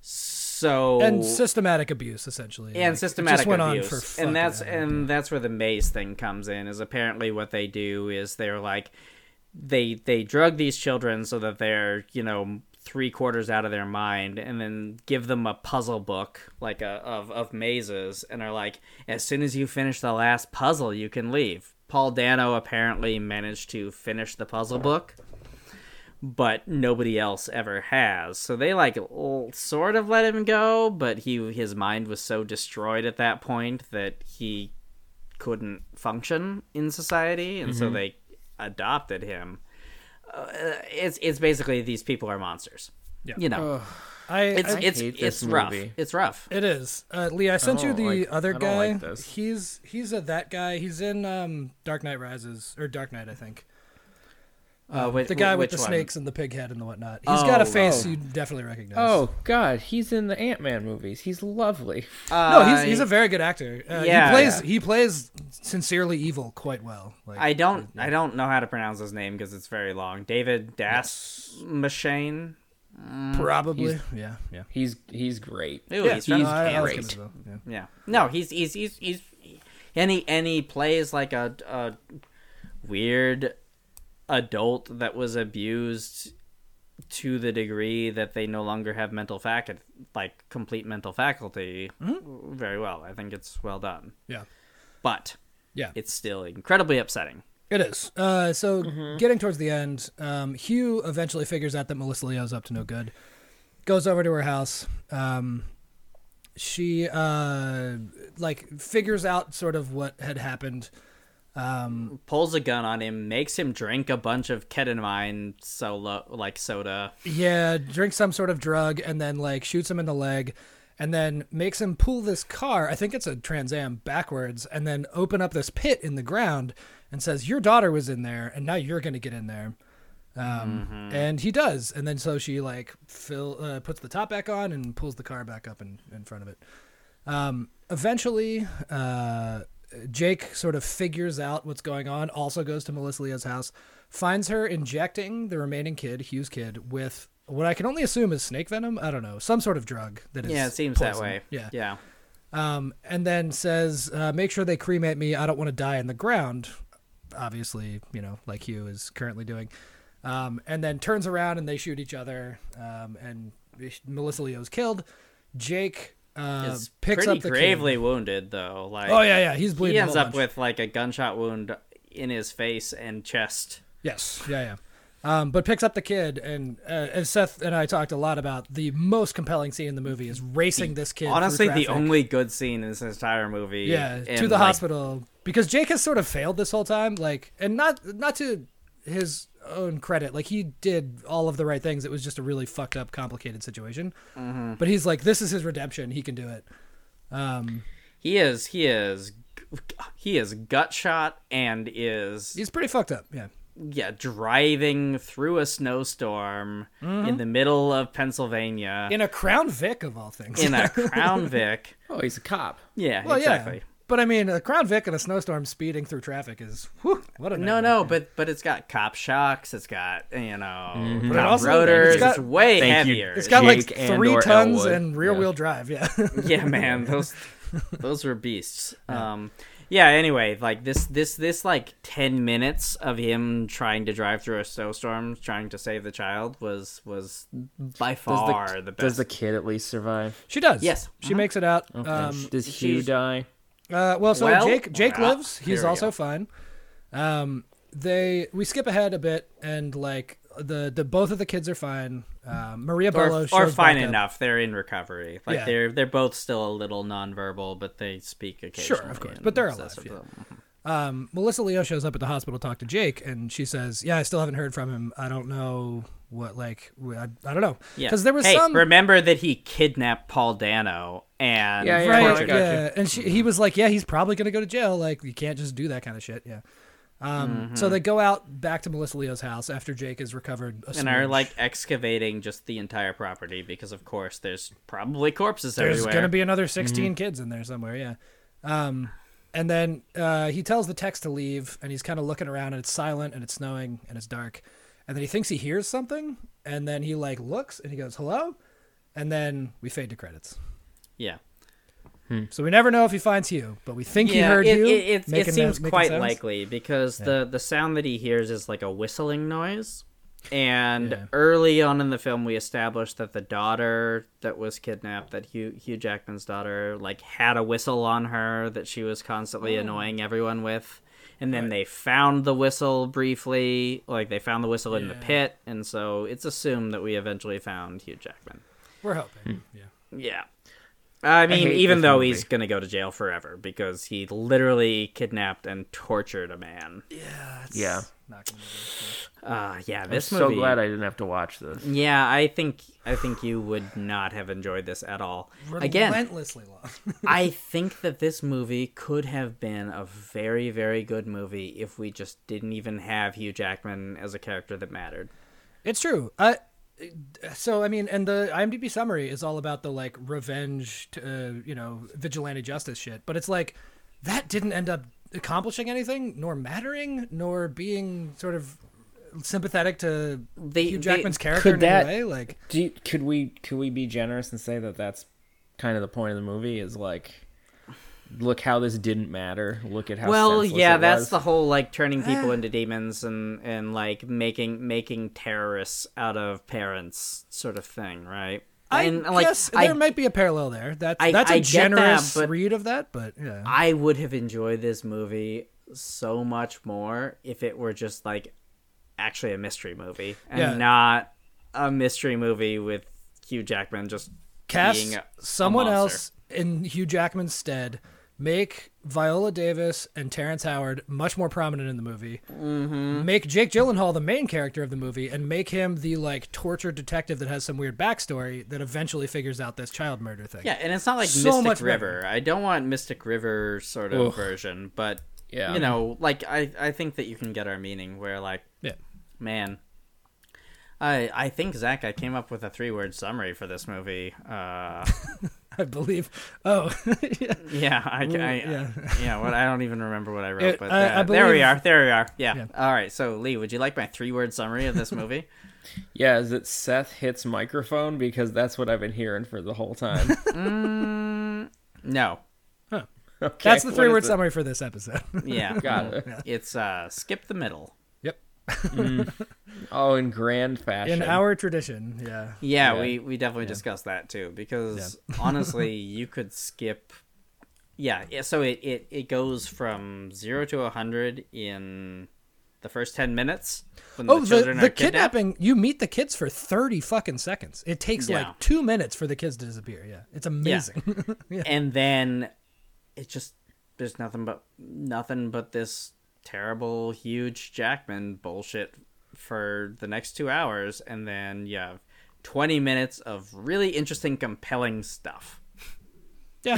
Speaker 1: So
Speaker 2: and systematic abuse essentially. Like, it
Speaker 1: and systematic
Speaker 2: just went
Speaker 1: abuse.
Speaker 2: on for
Speaker 1: and that's
Speaker 2: fucking ever.
Speaker 1: and that's where the maze thing comes in. Is apparently what they do is they're like they they drug these children so that they're you know three quarters out of their mind and then give them a puzzle book like a of, of mazes and are like as soon as you finish the last puzzle you can leave paul dano apparently managed to finish the puzzle book but nobody else ever has. So they like l- sort of let him go, but he his mind was so destroyed at that point that he couldn't function in society, and so they adopted him. Uh, it's it's basically these people are monsters.
Speaker 2: Yeah.
Speaker 1: You know,
Speaker 2: I,
Speaker 1: it's
Speaker 2: Oh, I-
Speaker 1: it's
Speaker 3: hate
Speaker 1: it's,
Speaker 3: this
Speaker 1: rough.
Speaker 3: movie.
Speaker 1: It's rough.
Speaker 2: It is. Uh, Lee, I sent you
Speaker 3: don't
Speaker 2: the
Speaker 3: like-
Speaker 2: other
Speaker 3: I don't
Speaker 2: guy.
Speaker 3: like this.
Speaker 2: He's he's a that guy. He's in um, Dark Knight Rises or Dark Knight, I think.
Speaker 1: Uh, wait,
Speaker 2: The guy
Speaker 1: wh-
Speaker 2: with the
Speaker 1: which one?
Speaker 2: snakes and the pig head and the whatnot. He's got a
Speaker 1: Oh.
Speaker 2: face you definitely recognize.
Speaker 3: Oh God, he's in the Ant Man movies. He's lovely.
Speaker 2: no,
Speaker 1: I-
Speaker 2: he's, he's a very good actor. Uh,
Speaker 1: Yeah.
Speaker 2: he plays he plays sincerely evil quite well. Like,
Speaker 1: I don't I don't know how to pronounce his name because it's very long. David Das Machine.
Speaker 2: probably. Yeah, yeah.
Speaker 3: He's he's great.
Speaker 1: Ooh,
Speaker 2: Yeah,
Speaker 1: he's from
Speaker 2: no, I- I was
Speaker 1: Canada.
Speaker 2: good as well, yeah.
Speaker 1: Yeah. No, he's he's he's he's and he and he plays like a a weird adult that was abused to the degree that they no longer have mental faculty, like complete mental faculty,
Speaker 2: Mm-hmm.
Speaker 1: very well. I think it's well done,
Speaker 2: Yeah.
Speaker 1: but
Speaker 2: Yeah.
Speaker 1: it's still incredibly upsetting.
Speaker 2: It is. Uh, so
Speaker 1: Mm-hmm.
Speaker 2: getting towards the end, um, Hugh eventually figures out that Melissa Leo's up to no good. Goes over to her house. Um, she uh, like figures out sort of what had happened.
Speaker 1: Pulls a gun on him, makes him drink a bunch of ketamine solo like soda.
Speaker 2: Yeah, drinks some sort of drug and then like shoots him in the leg, and then makes him pull this car. I think it's a Trans Am backwards, and then open up this pit in the ground and says, "Your daughter was in there, and now you're going to get in there." Um,
Speaker 1: Mm-hmm.
Speaker 2: And he does, and then so she like fill uh, puts the top back on and pulls the car back up in, in front of it. Um, eventually, uh, Jake sort of figures out what's going on. Also goes to Melissa Leo's house, finds her injecting the remaining kid, Hugh's kid, with what I can only assume is snake venom. I don't know, some sort of drug that is.
Speaker 1: Yeah, it seems that
Speaker 2: poison.
Speaker 1: way.
Speaker 2: Yeah,
Speaker 1: yeah.
Speaker 2: um, and then says, uh, "Make sure they cremate me. I don't want to die in the ground." Obviously, you know, like Hugh is currently doing. Um, and then turns around and they shoot each other. Um, and Melissa Leo's killed. Jake uh,
Speaker 1: Is
Speaker 2: picks
Speaker 1: pretty
Speaker 2: up the
Speaker 1: gravely
Speaker 2: kid.
Speaker 1: wounded though. Like
Speaker 2: Oh yeah, yeah, he's bleeding.
Speaker 1: he
Speaker 2: a
Speaker 1: ends
Speaker 2: whole
Speaker 1: up
Speaker 2: bunch.
Speaker 1: with like a gunshot wound in his face and chest.
Speaker 2: Yes. Yeah, yeah. Um, but picks up the kid, and uh, as Seth and I talked a lot about, the most compelling scene in the movie is racing this kid. through
Speaker 1: Honestly, the
Speaker 2: traffic.
Speaker 1: only good scene in this entire movie.
Speaker 2: yeah to
Speaker 1: and,
Speaker 2: the
Speaker 1: like,
Speaker 2: hospital because Jake has sort of failed this whole time, like, and not not to his own credit, like he did all of the right things. It was just a really fucked up, complicated situation. But he's like, this is his redemption. He can do it. Um,
Speaker 1: He is. He is. He is gut shot and is
Speaker 2: he's pretty fucked up. Yeah.
Speaker 1: yeah driving through a snowstorm
Speaker 2: Mm-hmm.
Speaker 1: in the middle of Pennsylvania
Speaker 2: In a Crown Vic of all things.
Speaker 1: in a Crown Vic.
Speaker 3: Oh, he's a cop.
Speaker 1: Yeah,
Speaker 2: [laughs] well,
Speaker 1: exactly.
Speaker 2: yeah. But I mean, a Crown Vic in a snowstorm speeding through traffic is whew, what a
Speaker 1: No,
Speaker 2: nightmare.
Speaker 1: no, but but it's got cop shocks. It's got you know
Speaker 2: it
Speaker 1: got
Speaker 2: also-
Speaker 1: rotors.
Speaker 2: it's
Speaker 1: It's,
Speaker 2: got-
Speaker 1: way
Speaker 3: Thank you.
Speaker 1: heavier.
Speaker 2: It's got
Speaker 3: Jake
Speaker 2: like
Speaker 3: and
Speaker 2: three
Speaker 3: or
Speaker 2: tons
Speaker 3: Elwood.
Speaker 2: and rear
Speaker 3: Yeah.
Speaker 2: wheel drive. Yeah. [laughs]
Speaker 1: yeah man those those were beasts um yeah anyway like this this this like 10 minutes of him trying to drive through a snowstorm trying to save the child was was by far the, best
Speaker 3: Does the kid at least survive?
Speaker 2: she does.
Speaker 1: Yes.
Speaker 2: She makes it out.
Speaker 3: And
Speaker 2: Um,
Speaker 3: sh- does Hugh
Speaker 1: she's-
Speaker 3: die?
Speaker 2: Uh, well, so
Speaker 1: Well,
Speaker 2: Jake Jake
Speaker 1: well,
Speaker 2: lives.
Speaker 1: here
Speaker 2: He's
Speaker 1: we
Speaker 2: also
Speaker 1: go.
Speaker 2: fine. Um, they we skip ahead a bit and like the the both of the kids are fine. Um, Maria Bello
Speaker 1: or, or
Speaker 2: shows
Speaker 1: fine
Speaker 2: back up.
Speaker 1: enough they're in recovery like
Speaker 2: Yeah.
Speaker 1: they're they're both still a little nonverbal but they speak occasionally
Speaker 2: of course,
Speaker 1: and
Speaker 2: but they're
Speaker 1: so-
Speaker 2: alive,
Speaker 1: so-
Speaker 2: yeah.
Speaker 1: so-
Speaker 2: Um, Melissa Leo shows up at the hospital to talk to Jake and she says, "Yeah, I still haven't heard from him. I don't know what like w- I, I don't know
Speaker 1: yeah
Speaker 2: because there was
Speaker 1: hey,
Speaker 2: some
Speaker 1: remember that he kidnapped paul dano and
Speaker 3: Yeah, yeah,
Speaker 2: right,
Speaker 3: Gotcha, gotcha.
Speaker 2: yeah. uh, And she, he was like, "Yeah, he's probably gonna go to jail. Like, you can't just do that kind of shit." Yeah. Um,
Speaker 1: Mm-hmm.
Speaker 2: So they go out back to Melissa Leo's house after Jake has recovered. A
Speaker 1: and are
Speaker 2: smidge.
Speaker 1: like excavating just the entire property because of course there's probably corpses
Speaker 2: there's
Speaker 1: everywhere.
Speaker 2: gonna be another 16 kids in there somewhere yeah um and then uh he tells the text to leave and he's kind of looking around and it's silent and it's snowing and it's dark and then he thinks he hears something and then he like looks and he goes hello and then we fade to credits
Speaker 1: yeah.
Speaker 2: so we never know if he finds you but we think he
Speaker 1: yeah,
Speaker 2: heard
Speaker 1: it,
Speaker 2: you
Speaker 1: it, it's- it,
Speaker 2: making
Speaker 1: seems
Speaker 2: those- making
Speaker 1: quite
Speaker 2: sounds.
Speaker 1: likely because the the sound that he hears is like a whistling noise. And
Speaker 2: Yeah.
Speaker 1: early on in the film, we established that the daughter that was kidnapped, that Hugh, Hugh Jackman's daughter, like had a whistle on her that she was
Speaker 2: Oh.
Speaker 1: constantly annoying everyone with. And then they found the whistle briefly, like they found the whistle in the pit, and so it's assumed that we eventually found Hugh Jackman.
Speaker 2: we're hoping yeah
Speaker 1: Yeah. I mean,
Speaker 3: hate
Speaker 1: even
Speaker 3: this
Speaker 1: though
Speaker 3: movie.
Speaker 1: he's going to go to jail forever because he literally kidnapped and tortured a man.
Speaker 3: Yeah.
Speaker 2: not gonna do this.
Speaker 1: Uh, yeah, this
Speaker 3: so
Speaker 1: movie.
Speaker 3: glad I didn't have to watch this.
Speaker 1: Yeah, I think I think you would not have enjoyed this at all. Again,
Speaker 2: relentlessly [laughs] long.
Speaker 1: [laughs] I think that this movie could have been a very very good movie if we just didn't even have Hugh Jackman as a character that mattered.
Speaker 2: It's true. Uh, so I mean, and the IMDb summary is all about the like revenge, t- uh, you know, vigilante justice shit. But it's like that didn't end up accomplishing anything, nor mattering, nor being sort of sympathetic to
Speaker 1: They-
Speaker 2: Hugh
Speaker 1: they-
Speaker 2: Jackman's character
Speaker 3: Could
Speaker 2: in
Speaker 3: that-
Speaker 2: any way. Like,
Speaker 3: Do you, could we could we be generous and say that that's kind of the point of the movie is like look how this didn't matter. Look at how
Speaker 1: well,
Speaker 3: senseless
Speaker 1: yeah,
Speaker 3: it
Speaker 1: that's
Speaker 3: was.
Speaker 1: the whole like
Speaker 2: [sighs]
Speaker 1: turning people into demons and and like making making terrorists out of parents sort of thing, right? and
Speaker 2: I
Speaker 1: like
Speaker 2: guess
Speaker 1: I
Speaker 2: there might be a parallel there. That's
Speaker 1: I-
Speaker 2: that's a
Speaker 1: I get that,
Speaker 2: generous
Speaker 1: but-
Speaker 2: read of that, but yeah.
Speaker 1: I would have enjoyed this movie so much more if it were just like actually a mystery movie and
Speaker 2: Yeah.
Speaker 1: not a mystery movie with Hugh Jackman just
Speaker 2: cast
Speaker 1: being a- a
Speaker 2: someone
Speaker 1: monster.
Speaker 2: else in Hugh Jackman's stead. Make Viola Davis and Terrence Howard much more prominent in the movie.
Speaker 1: Mm-hmm.
Speaker 2: Make Jake Gyllenhaal the main character of the movie, and make him the like tortured detective that has some weird backstory that eventually figures out this child murder thing.
Speaker 1: Yeah, and it's not like
Speaker 2: So
Speaker 1: Mystic
Speaker 2: much better.
Speaker 1: River. I don't want Mystic River sort of version, but
Speaker 3: Yeah.
Speaker 1: you know, like I I think that you can get our meaning where like
Speaker 2: yeah.
Speaker 1: man I, I think Zach, I came up with a three-word summary for this movie. Uh, [laughs]
Speaker 2: I believe. Oh, [laughs] yeah.
Speaker 1: yeah, I, I [laughs] yeah,
Speaker 2: yeah.
Speaker 1: What I don't even remember what I wrote,
Speaker 2: It-
Speaker 1: but
Speaker 2: I-
Speaker 1: uh,
Speaker 2: I
Speaker 1: there we
Speaker 2: believe-
Speaker 1: are, there we are. Yeah.
Speaker 2: Yeah.
Speaker 1: All right, so Lee, would you like my three-word summary of
Speaker 2: [laughs]
Speaker 1: this movie?
Speaker 3: Yeah, is it Seth hits microphone because that's what I've been hearing for the
Speaker 2: [laughs]
Speaker 3: whole time.
Speaker 1: no.
Speaker 3: Okay,
Speaker 2: that's the
Speaker 3: what
Speaker 2: three-word
Speaker 3: is it?
Speaker 2: summary for this episode. [laughs]
Speaker 1: Yeah.
Speaker 3: Got it.
Speaker 1: It's uh, skip the middle.
Speaker 2: yep.
Speaker 3: Oh, in grand fashion.
Speaker 2: In our tradition, yeah.
Speaker 1: Yeah,
Speaker 3: Yeah.
Speaker 1: we we definitely discussed that too because honestly, you could skip. Yeah, yeah. So it it it goes from zero to a hundred in the first ten minutes when
Speaker 2: Oh,
Speaker 1: the
Speaker 2: the,
Speaker 1: children
Speaker 2: the
Speaker 1: are kidnapped.
Speaker 2: kidnapping, you meet the kids for 30 fucking seconds. It takes
Speaker 1: Yeah.
Speaker 2: like two minutes for the kids to disappear. Yeah. It's amazing. [laughs]
Speaker 1: and then it just there's nothing but nothing but this terrible huge jackman bullshit for the next two hours and then you have 20 minutes of really interesting compelling stuff
Speaker 2: yeah.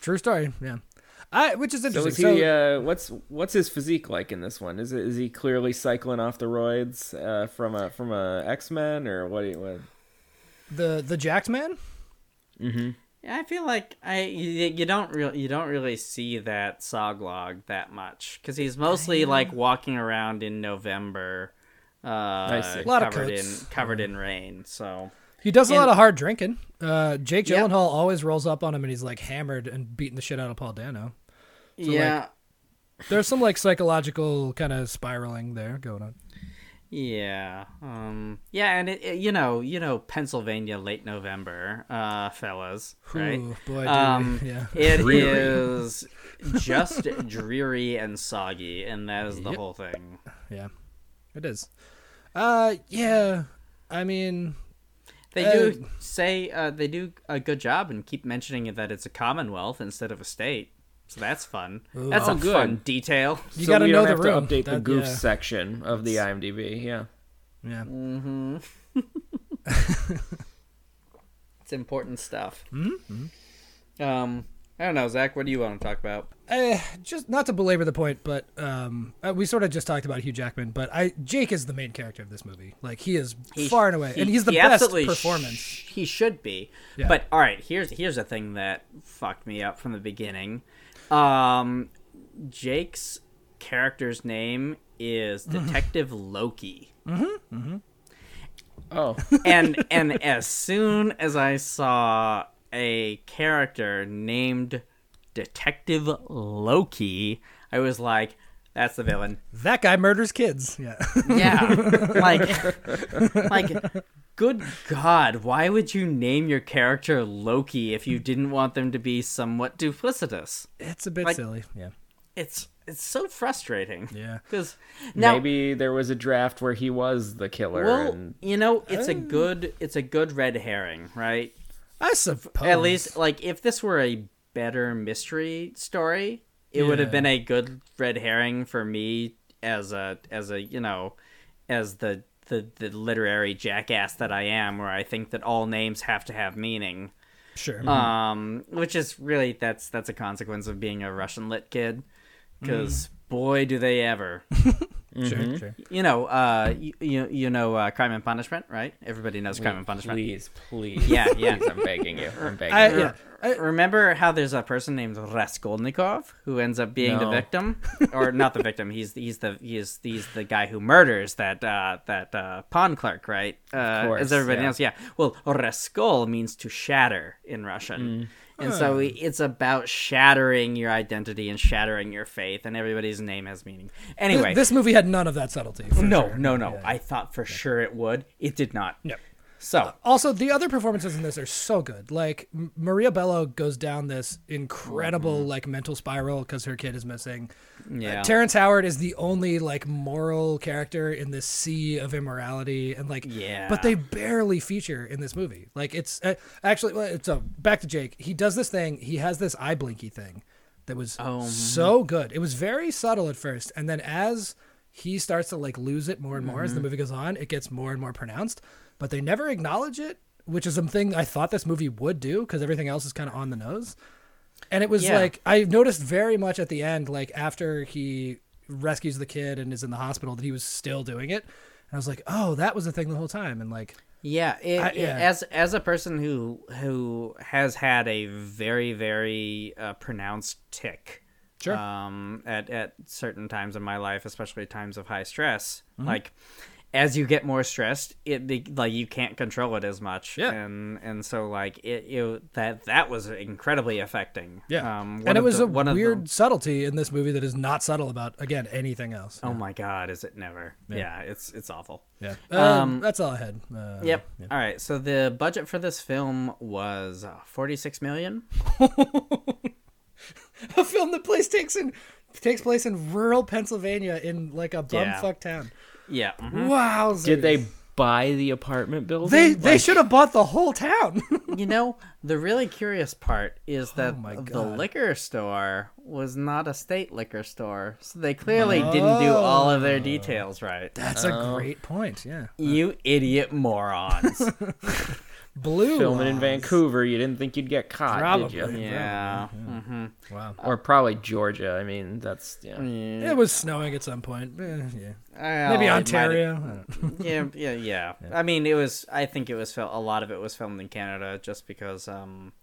Speaker 2: True story. Yeah. I, which is
Speaker 3: So
Speaker 2: interesting.
Speaker 3: is
Speaker 2: So,
Speaker 3: he? Uh, what's what's his physique like in this one? Is it, is he clearly cycling off the roids uh, from a from a X Men or what? do you- what?
Speaker 2: the the jacked man.
Speaker 1: yeah i feel like i you, you don't really you don't really see that soglog that much because he's mostly like walking around in november uh
Speaker 3: see.
Speaker 2: Lot of
Speaker 1: covered
Speaker 2: coats.
Speaker 1: in covered in rain so
Speaker 2: He does a
Speaker 1: And-
Speaker 2: lot of hard drinking. Uh, Jake
Speaker 1: Yeah.
Speaker 2: Gyllenhaal always rolls up on him and he's like hammered and beating the shit out of Paul Dano.
Speaker 1: yeah
Speaker 2: There's some like psychological kind of spiraling there going on.
Speaker 1: Yeah. Um yeah, and it, it- you know, you know Pennsylvania late November, uh fellas, right?
Speaker 2: Ooh, boy, do
Speaker 1: um
Speaker 2: we- [laughs] yeah.
Speaker 1: it is just dreary and soggy and that is the whole thing.
Speaker 2: Yeah. It is. Uh, yeah. I mean,
Speaker 1: They do say uh they do a good job and keep mentioning that it's a commonwealth instead of a state. So that's fun. That's
Speaker 2: Oh,
Speaker 1: a
Speaker 3: good.
Speaker 1: fun detail.
Speaker 2: You
Speaker 3: so
Speaker 2: gotta
Speaker 3: we
Speaker 2: know
Speaker 3: don't
Speaker 2: the
Speaker 3: have
Speaker 2: room.
Speaker 3: to update the
Speaker 2: That-
Speaker 3: goof
Speaker 2: yeah.
Speaker 3: section of the IMDb. Yeah,
Speaker 2: Yeah.
Speaker 1: It's important stuff. Mm-hmm. Um I don't know, Zach, what do you want to talk about?
Speaker 2: Uh, just not to belabor the point, but um, uh, we sort of just talked about Hugh Jackman, but I Jake is the main character of this movie. Like he is
Speaker 1: He-
Speaker 2: far and away,
Speaker 1: he-
Speaker 2: and he's the
Speaker 1: he
Speaker 2: best
Speaker 1: absolutely
Speaker 2: performance.
Speaker 1: sh- he should be.
Speaker 2: Yeah.
Speaker 1: But all right, here's here's a thing that fucked me up from the beginning. Um, Jake's character's name
Speaker 2: [laughs]
Speaker 1: is Detective Loki,
Speaker 2: [laughs]
Speaker 3: Oh,
Speaker 1: and and as soon as I saw a character named Detective Loki, I was like, "That's the villain."
Speaker 2: that guy murders kids. Yeah, [laughs]
Speaker 1: Yeah. [laughs] like like good god, why would you name your character Loki if you didn't want them to be somewhat duplicitous?
Speaker 2: it's a bit
Speaker 1: Like-
Speaker 2: silly. Yeah,
Speaker 1: It's it's so frustrating.
Speaker 2: Yeah.
Speaker 1: Cuz now
Speaker 3: maybe there was a draft where he was the killer.
Speaker 1: well,
Speaker 3: and
Speaker 1: you know, it's a good it's a good red herring, right?
Speaker 2: I suppose
Speaker 1: At least like if this were a better mystery story, it would have been a good red herring for me as a as a you know as the, the the literary jackass that I am, where I think that all names have to have meaning.
Speaker 2: Sure.
Speaker 1: Um, which is really that's that's a consequence of being a Russian lit kid, because boy do they ever. mm-hmm.
Speaker 2: Sure. Sure.
Speaker 1: You know, uh, you you, you know, uh, Crime and Punishment, right? Everybody knows Crime and Punishment.
Speaker 3: Please, please.
Speaker 1: Yeah, yeah.
Speaker 3: Please, I'm begging you. I'm begging
Speaker 2: I,
Speaker 3: you.
Speaker 2: yeah. I,
Speaker 1: Remember how there's a person named Raskolnikov who ends up being the
Speaker 2: [laughs]
Speaker 3: No.
Speaker 1: victim, or not the victim? He's he's the he's he's the guy who murders that uh, that uh, pawn clerk, right? Uh,
Speaker 3: course,
Speaker 1: as everybody
Speaker 3: yeah.
Speaker 1: knows, yeah. Well, Raskol means to shatter in
Speaker 2: Mm.
Speaker 1: Russian, and
Speaker 2: Oh.
Speaker 1: so i- it's about shattering your identity and shattering your faith, and everybody's name has meaning. Anyway,
Speaker 2: This movie had none of that subtlety. for
Speaker 1: no,
Speaker 2: sure.
Speaker 1: no, no. I thought for sure it would. It did not.
Speaker 2: No. Uh,
Speaker 1: So
Speaker 2: Also, the other performances in this are so good. Like M- Maria Bello goes down this incredible
Speaker 1: Mm-hmm.
Speaker 2: like mental spiral because her kid is missing.
Speaker 1: yeah,
Speaker 2: Terrence Howard is the only like moral character in this sea of immorality, and like
Speaker 1: Yeah.
Speaker 2: but they barely feature in this movie. Like it's uh, actually well, so back to Jake. He does this thing. He has this eye blinky thing that was
Speaker 1: Oh, mm-hmm.
Speaker 2: so good. It was very subtle at first, and then as he starts to like lose it more and more
Speaker 1: Mm-hmm.
Speaker 2: as the movie goes on, it gets more and more pronounced. But they never acknowledge it, which is something I thought this movie would do because everything else is kind of on the nose. And it was
Speaker 1: Yeah.
Speaker 2: like I noticed very much at the end, like after he rescues the kid and is in the hospital, that he was still doing it. And I was like, oh, that was the thing the whole time. And like,
Speaker 1: Yeah, it,
Speaker 2: I-
Speaker 1: it-
Speaker 2: yeah.
Speaker 1: as as a person who who has had a very very uh, pronounced tick,
Speaker 2: Sure.
Speaker 1: um, at at certain times in my life, especially times of high stress,
Speaker 2: Mm-hmm.
Speaker 1: like as you get more stressed, it be, like you can't control it as much,
Speaker 2: Yeah.
Speaker 1: and and so like it, it that that was incredibly affecting, Um, one
Speaker 2: and it
Speaker 1: of
Speaker 2: was
Speaker 1: the-
Speaker 2: a
Speaker 1: one of the-
Speaker 2: weird subtlety in this movie that is not subtle about again anything else.
Speaker 1: oh my god, is it never? yeah it's it's awful.
Speaker 2: Yeah. Um, that's all I had. Uh,
Speaker 1: Yep. All right. So the budget for this film was uh, 46 million.
Speaker 2: [laughs] A film that place takes in takes place in rural Pennsylvania in like a
Speaker 1: Yeah.
Speaker 2: bumfuck town.
Speaker 1: Yeah.
Speaker 2: mm-hmm.
Speaker 1: mhm.
Speaker 2: Wow.
Speaker 3: Did they buy the apartment building?
Speaker 2: They they should have bought the whole town. [laughs]
Speaker 1: Mm-hmm. You know, the really curious part is that
Speaker 2: my
Speaker 1: the
Speaker 2: God.
Speaker 1: liquor store was not a state liquor store, so they clearly didn't do all of their details right.
Speaker 2: that's
Speaker 1: Oh.
Speaker 2: a great point. Yeah.
Speaker 1: You idiot morons.
Speaker 2: Blue.
Speaker 3: filming in
Speaker 2: Laws.
Speaker 3: Vancouver. You didn't think you'd get caught, did you?
Speaker 2: Probably.
Speaker 1: yeah.
Speaker 2: Wow.
Speaker 3: Or probably Georgia. I mean, that's yeah.
Speaker 2: It was snowing at some point. Eh, yeah.
Speaker 1: Well,
Speaker 2: Maybe
Speaker 1: Oh, it might- uh,
Speaker 2: Ontario. I don't know.
Speaker 1: yeah, yeah, yeah, I mean, it was. I think it was. fil- A lot of it was filmed in Canada, just because um,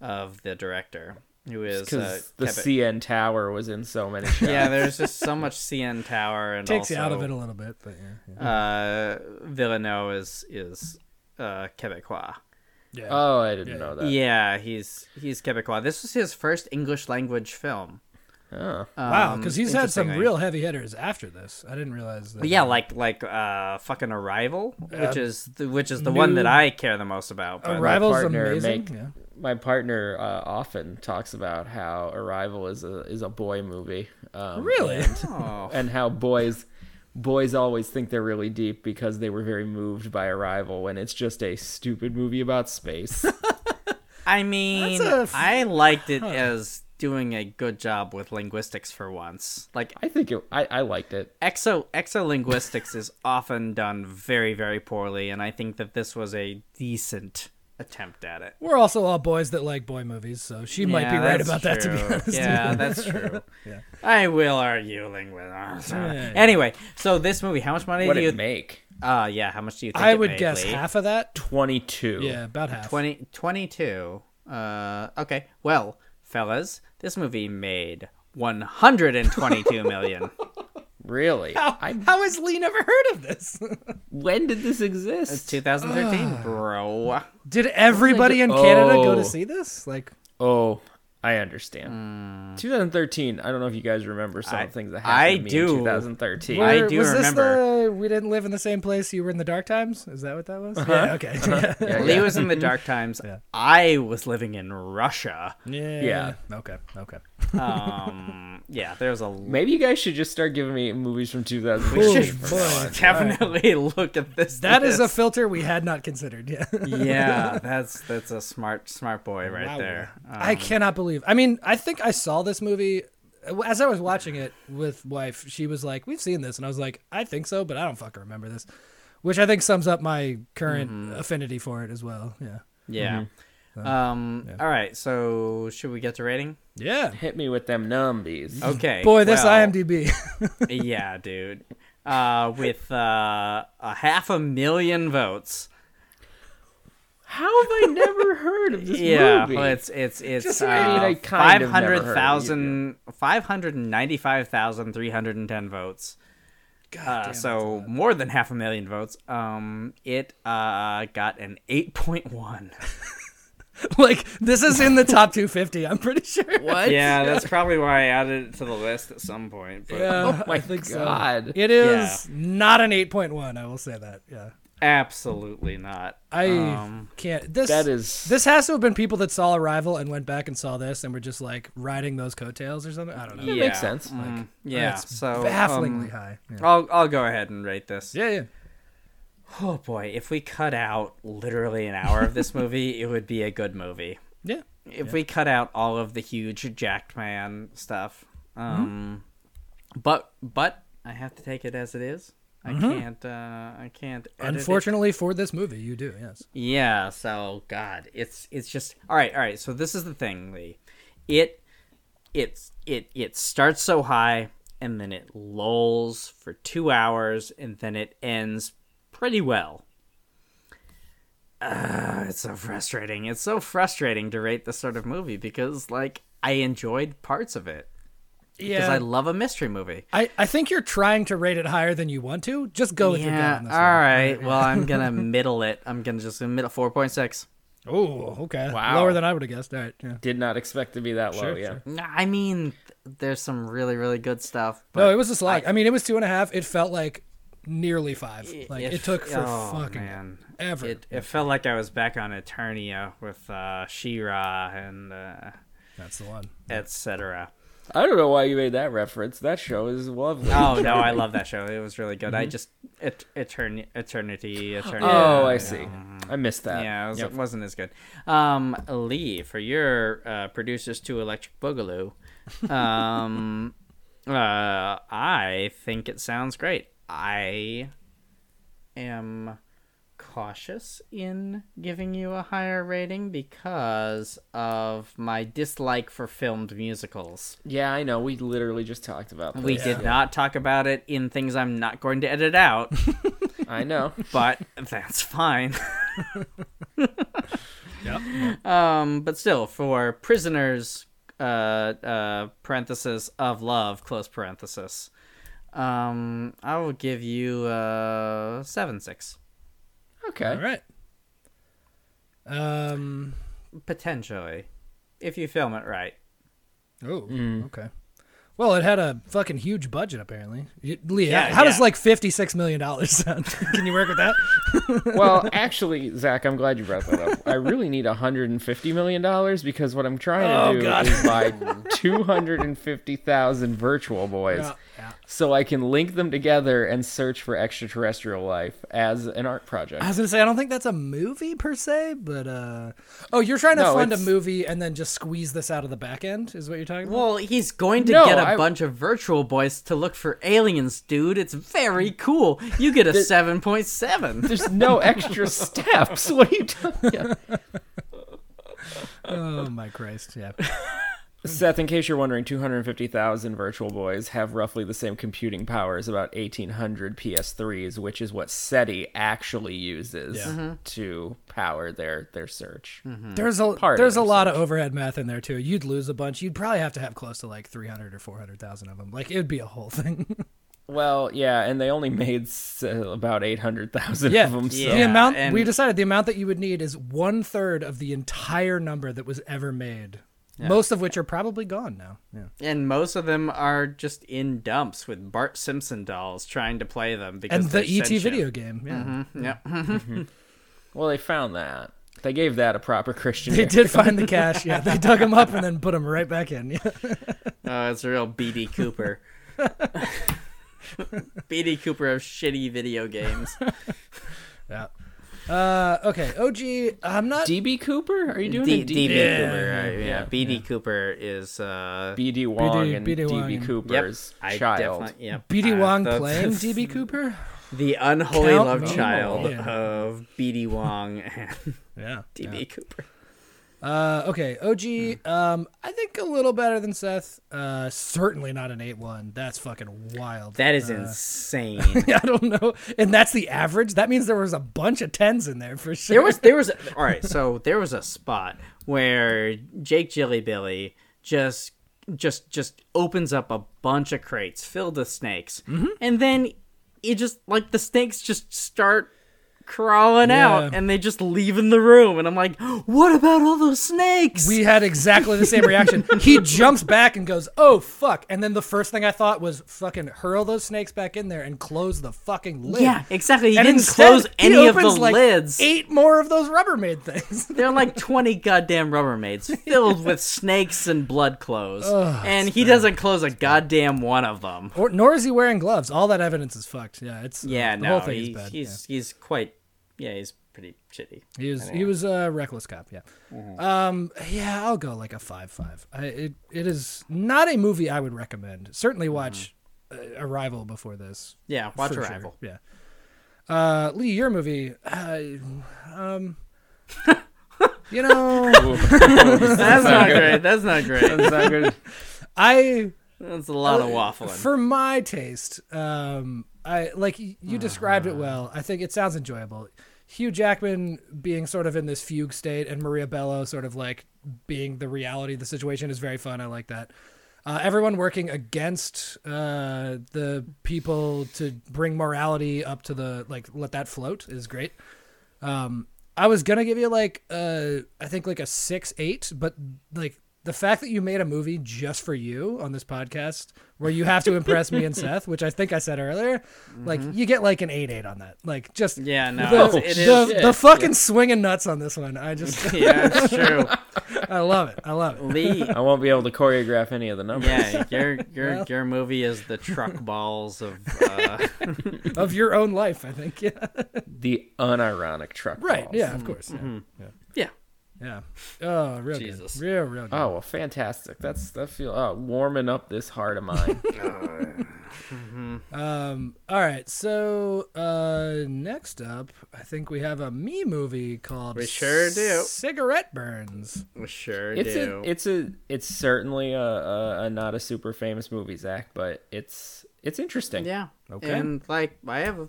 Speaker 1: of the director, who is uh,
Speaker 3: Because the
Speaker 1: Kevin-
Speaker 3: CN Tower was in so many shots.
Speaker 1: Yeah, there's just so much CN Tower and
Speaker 2: [laughs] Takes you out of
Speaker 1: also-
Speaker 2: it a little bit, but yeah. yeah.
Speaker 1: uh, Villeneuve is is uh, Quebecois.
Speaker 2: Yeah.
Speaker 3: Oh, I didn't know that.
Speaker 1: yeah, he's he's Quebecois. This was his first English language film.
Speaker 3: Oh.
Speaker 2: wow, because
Speaker 1: um,
Speaker 2: he's had some
Speaker 1: interestingly.
Speaker 2: real heavy hitters after this. I didn't realize that.
Speaker 1: But yeah, like like uh, fucking Arrival, which is the, which is the
Speaker 2: new-
Speaker 1: one that I care the most about. But
Speaker 2: Arrival's
Speaker 3: partner
Speaker 2: amazing.
Speaker 3: make-
Speaker 2: Yeah.
Speaker 3: My partner uh, often talks about how Arrival is a is a boy movie. Um,
Speaker 2: Really?
Speaker 1: Oh,
Speaker 3: and how boys boys always think they're really deep because they were very moved by Arrival when it's just a stupid movie about space.
Speaker 1: I mean,
Speaker 2: That's a f-
Speaker 1: I liked it as doing a good job with linguistics for once. Like
Speaker 3: I think it, I I liked it.
Speaker 1: exo exolinguistics is often done very very poorly, and I think that this was a decent attempt at it.
Speaker 2: [laughs] We're also all boys that like boy movies, so she might be
Speaker 1: Yeah,
Speaker 2: right
Speaker 1: that's
Speaker 2: about that. To be
Speaker 1: true.
Speaker 2: honest,
Speaker 1: Yeah, that's true. I will argue linguistics. Anyway, so this movie, how much money
Speaker 3: What
Speaker 1: do
Speaker 3: did
Speaker 1: you?
Speaker 3: it make?
Speaker 1: uh yeah, how much do you think
Speaker 2: [laughs] I
Speaker 1: it
Speaker 2: would
Speaker 1: made,
Speaker 2: guess
Speaker 1: Lee?
Speaker 2: half of that.
Speaker 3: Twenty two.
Speaker 2: Yeah, about half.
Speaker 1: 20, 22. Uh, okay, well, fellas, this movie made one hundred and
Speaker 2: [laughs]
Speaker 1: twenty-two million.
Speaker 3: Really? I,
Speaker 2: How has Lee never heard of this? [laughs]
Speaker 3: when did this exist?
Speaker 1: 2013, bro.
Speaker 2: Did everybody in
Speaker 3: Oh.
Speaker 2: Canada go to see this? Like,
Speaker 3: Oh, I understand. 2013. I don't know if you guys remember some of the things that happened
Speaker 1: Hmm. I
Speaker 3: to me
Speaker 1: do.
Speaker 3: in 2013.
Speaker 1: I
Speaker 2: were-
Speaker 1: do
Speaker 2: was
Speaker 1: remember.
Speaker 2: this the we didn't live in the same place? You were in the dark times. Is that what that was?
Speaker 1: Uh-huh.
Speaker 2: Yeah. Okay. [laughs] Yeah.
Speaker 3: Yeah,
Speaker 1: Lee
Speaker 3: yeah.
Speaker 1: was in the dark times. I was living in Russia.
Speaker 3: Yeah.
Speaker 2: Okay. Okay.
Speaker 1: Um, yeah, there's a
Speaker 3: Maybe you guys should just start giving me movies from 2013.
Speaker 2: Ooh,
Speaker 3: from
Speaker 2: [laughs] boy.
Speaker 3: now on.
Speaker 1: [laughs] definitely look at this.
Speaker 2: That is a
Speaker 1: list.
Speaker 2: filter we had not considered. [laughs] Yeah.
Speaker 3: [laughs]
Speaker 1: yeah. That's that's a smart smart boy right
Speaker 2: Wow.
Speaker 1: there.
Speaker 2: I cannot believe. I mean, I think I saw this movie as I was watching it with wife, she was like, "We've seen this," and I was like, "I think so, but I don't fucking remember this," which I think sums up my current affinity for it as well. Yeah,
Speaker 3: Mm-hmm.
Speaker 1: Yeah.
Speaker 3: Uh,
Speaker 1: Um. All right. So should we get to rating?
Speaker 2: yeah.
Speaker 3: Hit me with them numbies.
Speaker 1: Okay.
Speaker 2: Boy, this
Speaker 1: well,
Speaker 2: IMDb.
Speaker 1: [laughs]
Speaker 2: [laughs]
Speaker 1: yeah, dude. Uh, with uh, a half a million votes.
Speaker 3: How have I never heard of this
Speaker 1: yeah,
Speaker 3: movie?
Speaker 1: well, it's it's it's
Speaker 3: Just
Speaker 1: uh,
Speaker 3: saying I kind of never heard of it,
Speaker 1: 500,000 595,310 votes.
Speaker 2: God
Speaker 1: Uh, so more than half a million votes. Um, it uh got an eight point one.
Speaker 2: [laughs] like this is in the top 250. I'm pretty sure.
Speaker 3: what?
Speaker 1: Yeah, that's probably why I added it to the list at some point. But
Speaker 2: Yeah,
Speaker 3: Oh my
Speaker 2: I think so.
Speaker 3: God.
Speaker 2: It is not an 8.1. I will say that. Yeah.
Speaker 1: absolutely not.
Speaker 2: I
Speaker 1: Um,
Speaker 2: can't. This
Speaker 3: That is-
Speaker 2: This has to have been people that saw Arrival and went back and saw this and were just like riding those coattails or something. I don't know.
Speaker 3: That
Speaker 1: yeah.
Speaker 3: makes sense.
Speaker 1: Mm, yeah,
Speaker 2: That's
Speaker 1: so
Speaker 2: bafflingly
Speaker 1: um,
Speaker 2: high. Yeah.
Speaker 1: I'll I'll go ahead and rate this.
Speaker 2: yeah, yeah.
Speaker 1: Oh boy, if we cut out literally an hour of this movie, [laughs] it would be a good movie.
Speaker 2: Yeah.
Speaker 1: If we cut out all of the huge jacked man stuff,
Speaker 2: Mm-hmm.
Speaker 1: um, but but I have to take it as it is. I
Speaker 2: Mm-hmm.
Speaker 1: can't uh, I can't. edit it.
Speaker 2: Unfortunately for this movie, you do. Yes.
Speaker 1: Yeah, so god, it's it's just all right, all right. So this is the thing, Lee. It it's it it starts so high and then it lulls for 2 hours and then it ends pretty well. Uh, it's so frustrating. It's so frustrating to rate this sort of movie because like I enjoyed parts of it because I love a mystery movie.
Speaker 2: I, I think you're trying to rate it higher than you want to. Just go with your gut
Speaker 1: Yeah,
Speaker 2: on
Speaker 1: all
Speaker 2: this
Speaker 1: right. Well, I'm going to middle it. I'm going to just middle 4.6.
Speaker 2: one. Oh, okay.
Speaker 3: Wow.
Speaker 2: Lower than I would have guessed. All right. Yeah.
Speaker 3: Did not expect to be that low.
Speaker 2: Sure,
Speaker 3: yeah.
Speaker 2: sure.
Speaker 1: No, I mean, th- there's some really, really good stuff. But
Speaker 2: No, it was a slog. I, mean, it was two and a half. It felt like nearly five. Like it,
Speaker 1: if-
Speaker 2: took for
Speaker 1: oh,
Speaker 2: fucking
Speaker 1: man.
Speaker 2: ever.
Speaker 1: It, it felt like I was back on Eternia with uh, She-Ra and uh,
Speaker 2: That's the one.
Speaker 1: etc.
Speaker 3: I don't know why you made that reference. That show is lovely.
Speaker 1: Oh no, I love that show. It was really
Speaker 2: [laughs]
Speaker 1: good. I
Speaker 2: Mm-hmm.
Speaker 1: just et- Etern- Eternity, Eternity.
Speaker 3: Oh, I see. I missed that.
Speaker 1: Yeah, it, was,
Speaker 3: Yep.
Speaker 1: it wasn't as good. Um, Lee, for your uh, producers to Electric Boogaloo, um, [laughs] uh, I think it sounds great. I am cautious in giving you a higher rating because of my dislike for filmed musicals.
Speaker 3: Yeah, I know. We literally just talked about that.
Speaker 1: We did not talk about it in things I'm not going to edit out, [laughs]
Speaker 3: I know.
Speaker 1: but that's fine. [laughs]
Speaker 2: Yep.
Speaker 1: Um, but still, for prisoners, uh, uh, parenthesis of love, close parenthesis, um, I will give you uh seven six
Speaker 3: Okay.
Speaker 2: All right. Um.
Speaker 1: potentially, if you film it right.
Speaker 2: Oh.
Speaker 3: Mm.
Speaker 2: Okay. Well, it had a fucking huge budget apparently. You, Lee,
Speaker 1: Yeah,
Speaker 2: how does
Speaker 1: yeah.
Speaker 2: like fifty-six million dollars [laughs] sound? Can you work with that?
Speaker 3: Well, actually, Zach, I'm glad you brought that up. I really need 150 million dollars because what I'm trying to
Speaker 2: Oh,
Speaker 3: do
Speaker 2: God.
Speaker 3: is buy 250,000 virtual boys,
Speaker 2: Yeah, yeah.
Speaker 3: so I can link them together and search for extraterrestrial life as an art project.
Speaker 2: I was gonna say I don't think that's a movie per se, but uh. Oh, you're trying to
Speaker 3: No,
Speaker 2: fund a
Speaker 3: it's-
Speaker 2: movie and then just squeeze this out of the back end is what you're talking about.
Speaker 1: Well, he's going to
Speaker 3: No,
Speaker 1: get a
Speaker 3: I-
Speaker 1: bunch of virtual boys to look for aliens, dude. It's very cool. You get a seven point seven.
Speaker 3: There's no extra steps. What are you talking?
Speaker 2: [laughs]
Speaker 3: Yeah.
Speaker 2: oh my Christ!
Speaker 3: [laughs]
Speaker 2: Yeah.
Speaker 3: Seth, in case you're wondering, 250,000 virtual boys have roughly the same computing power as about 1,800 PS3s, which is what SETI actually uses
Speaker 2: Yeah.
Speaker 1: Mm-hmm.
Speaker 3: to power their their search.
Speaker 2: There's a
Speaker 3: Hmm. part of
Speaker 2: there's a
Speaker 3: it,
Speaker 2: lot of overhead math in there too. You'd lose a bunch. You'd probably have to have close to like three hundred or four hundred thousand of them. Like it'd be a whole thing.
Speaker 3: Well, yeah, and they only made s- uh, about 800,000
Speaker 2: yeah.
Speaker 3: of them. So.
Speaker 2: The
Speaker 1: Yeah,
Speaker 2: amount we
Speaker 1: and-
Speaker 2: decided the amount that you would need is one third of the entire number that was ever made. Most of which are probably gone now. Yeah.
Speaker 1: and most of them are just in dumps with Bart Simpson dolls trying to play them because
Speaker 2: And the
Speaker 1: they're
Speaker 2: ET
Speaker 1: sentient.
Speaker 2: video game. Yeah.
Speaker 1: Yep.
Speaker 3: Well, they found that. They gave that a proper Christian.
Speaker 2: They
Speaker 3: name.
Speaker 2: did find the cash. Yeah. They dug them up and then put them right back in. [laughs] Yeah.
Speaker 1: Oh, it's a real
Speaker 2: [laughs]
Speaker 1: BD Cooper.
Speaker 2: [laughs]
Speaker 1: BD Cooper of shitty video games.
Speaker 2: yeah. Uh, okay, OG. I'm not.
Speaker 3: DB Cooper? Are you doing
Speaker 1: D-
Speaker 3: a
Speaker 1: DB
Speaker 3: DB?
Speaker 1: Cooper,
Speaker 2: yeah,
Speaker 1: right, yeah. BD Cooper is uh
Speaker 3: BD Wong and
Speaker 2: BD
Speaker 3: DB
Speaker 2: Wong.
Speaker 3: Cooper's
Speaker 1: I
Speaker 3: child.
Speaker 1: definitely yeah.
Speaker 2: BD
Speaker 1: Uh,
Speaker 2: Wong
Speaker 1: that's- [laughs]
Speaker 2: playing DB Cooper.
Speaker 1: the unholy
Speaker 2: Count
Speaker 1: love
Speaker 2: Mo-
Speaker 1: child
Speaker 2: Yeah.
Speaker 1: of BD Wong and [laughs]
Speaker 2: Yeah.
Speaker 1: DB Cooper.
Speaker 2: Uh, okay, OG. Um, I think a little better than Seth. Uh, certainly not an eight-one. That's fucking wild.
Speaker 1: That is
Speaker 2: Uh,
Speaker 1: insane.
Speaker 2: [laughs] I don't know. And that's the average. That means there was a bunch of tens in there for sure.
Speaker 1: there was there was [laughs] all right. So there was a spot where Jake Jellybilly just just just opens up a bunch of crates filled with snakes,
Speaker 2: Mm-hmm.
Speaker 1: and then it just like the snakes just start crawling out,
Speaker 2: Yeah.
Speaker 1: and they just leave in the room, and I'm like, what about all those snakes?
Speaker 2: We had exactly the same
Speaker 1: [laughs]
Speaker 2: reaction. he jumps back and goes, "Oh fuck!" And then the first thing I thought was, "Fucking hurl those snakes back in there and close the fucking lid."
Speaker 1: yeah, exactly. He
Speaker 2: and
Speaker 1: didn't
Speaker 2: instead,
Speaker 1: close
Speaker 2: he
Speaker 1: any of the
Speaker 2: opens, like,
Speaker 1: lids.
Speaker 2: Eight more of those Rubbermaid things. [laughs]
Speaker 1: They're like 20 goddamn Rubbermaids filled with snakes and blood clothes. and he doesn't close a goddamn one of them.
Speaker 2: or, nor is he wearing gloves. All that evidence is fucked. Yeah, it's
Speaker 1: Yeah,
Speaker 2: the
Speaker 1: no,
Speaker 2: whole thing
Speaker 1: he's,
Speaker 2: is bad. yeah.
Speaker 1: he's he's quite yeah, he's pretty shitty.
Speaker 2: He was he was a reckless cop. Yeah.
Speaker 1: Mm-hmm.
Speaker 2: Um. Yeah, I'll go like a five five. I, it it is not a movie I would recommend. Certainly watch uh, Arrival before this.
Speaker 1: Yeah, Mm-hmm. watch
Speaker 2: for sure. [laughs]
Speaker 1: Arrival.
Speaker 2: Yeah. Uh, Lee, your movie. Uh,
Speaker 1: [laughs]
Speaker 2: um. you know,
Speaker 1: That's not great. That's not great.
Speaker 3: Is that good?
Speaker 2: I
Speaker 1: [laughs] That's a lot of waffling.
Speaker 2: for my taste, um, I like y- you described it well. I think it sounds enjoyable. Hugh Jackman being sort of in this fugue state and Maria Bello sort of like being the reality of the situation is very fun. I like that. Uh, everyone working against uh, the people to bring morality up to the like let that float is great. Um, I was gonna give you like uh, I think like a six eight, but like the fact that you made a movie just for you on this podcast, where you have to
Speaker 1: [laughs]
Speaker 2: impress me and Seth, which I think I said earlier, like you get like an eight eight on that. Like just
Speaker 1: Mm-hmm. Yeah, no,
Speaker 2: the,
Speaker 1: it's- it
Speaker 2: the,
Speaker 1: is-
Speaker 2: the fucking swinging nuts on this one.
Speaker 1: [laughs]
Speaker 2: I
Speaker 1: [laughs]
Speaker 2: just
Speaker 1: yeah, it's true.
Speaker 2: I love it. I love it.
Speaker 1: Lee
Speaker 3: [laughs] I won't be able to choreograph any of the numbers.
Speaker 1: Yeah, your your your movie is the truck balls of uh,
Speaker 2: Of your own life, I think. [laughs] Yeah.
Speaker 3: The unironic truck.
Speaker 2: Right.
Speaker 3: balls.
Speaker 2: Yeah. Of course.
Speaker 1: Yeah.
Speaker 2: Yeah. yeah. Oh, real
Speaker 1: Mm-hmm. Jesus.
Speaker 2: good. Real, real good.
Speaker 3: Oh well, fantastic. That's that feel oh, warming up this heart
Speaker 2: [laughs]
Speaker 3: of mine.
Speaker 2: Um, all right, so uh, next up, I think we have a me movie called
Speaker 1: We sure do.
Speaker 2: Cigarette Burns.
Speaker 1: Sure
Speaker 3: it's
Speaker 1: do.
Speaker 3: a, it's a, it's certainly a, a, a not a super famous movie, Zach, but it's it's interesting.
Speaker 1: yeah.
Speaker 2: Okay.
Speaker 1: And like I have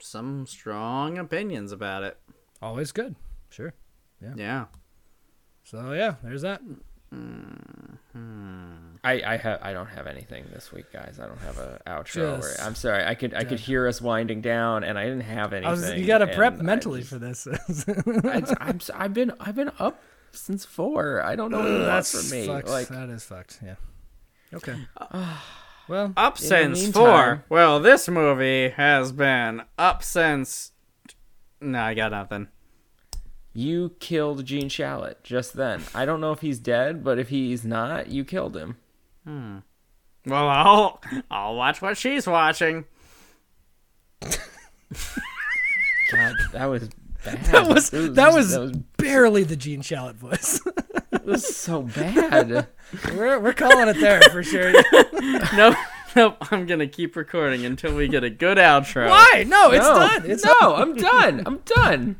Speaker 1: some strong opinions about it.
Speaker 2: Always good. Sure.
Speaker 1: Yeah.
Speaker 2: So yeah, there's that.
Speaker 3: I I have I don't have anything this week, guys. I don't have a outro.
Speaker 2: Just-
Speaker 3: or, I'm sorry. I could I could hear us winding down, and I didn't have anything.
Speaker 2: I was, you got to prep
Speaker 3: and I
Speaker 2: mentally
Speaker 3: just-
Speaker 2: for this.
Speaker 3: [laughs]
Speaker 2: [laughs]
Speaker 3: I, I'm, s- I've been I've been up since four. I don't know what you want
Speaker 2: That's
Speaker 3: from me.
Speaker 2: fucked.
Speaker 3: Like
Speaker 2: that is fucked. Yeah. Okay. well,
Speaker 1: Up since
Speaker 3: meantime-
Speaker 1: four. Well, this movie has been up since. No, I got nothing.
Speaker 3: you killed Gene Shalit just then. I don't know if he's dead, but if he's not, you killed him.
Speaker 1: Well, I'll I'll watch what she's watching.
Speaker 3: God, that [laughs] was bad.
Speaker 2: that was
Speaker 3: It
Speaker 2: that was,
Speaker 3: that was,
Speaker 2: barely the Gene Shalit voice.
Speaker 3: it was so bad.
Speaker 2: we're [laughs] we're calling it there for sure. [laughs]
Speaker 1: Nope, [laughs] nope. I'm gonna keep recording until we get a good outro.
Speaker 2: Why? No, it's
Speaker 3: [laughs] no,
Speaker 2: done. It's
Speaker 3: [laughs] no, I'm done. I'm done.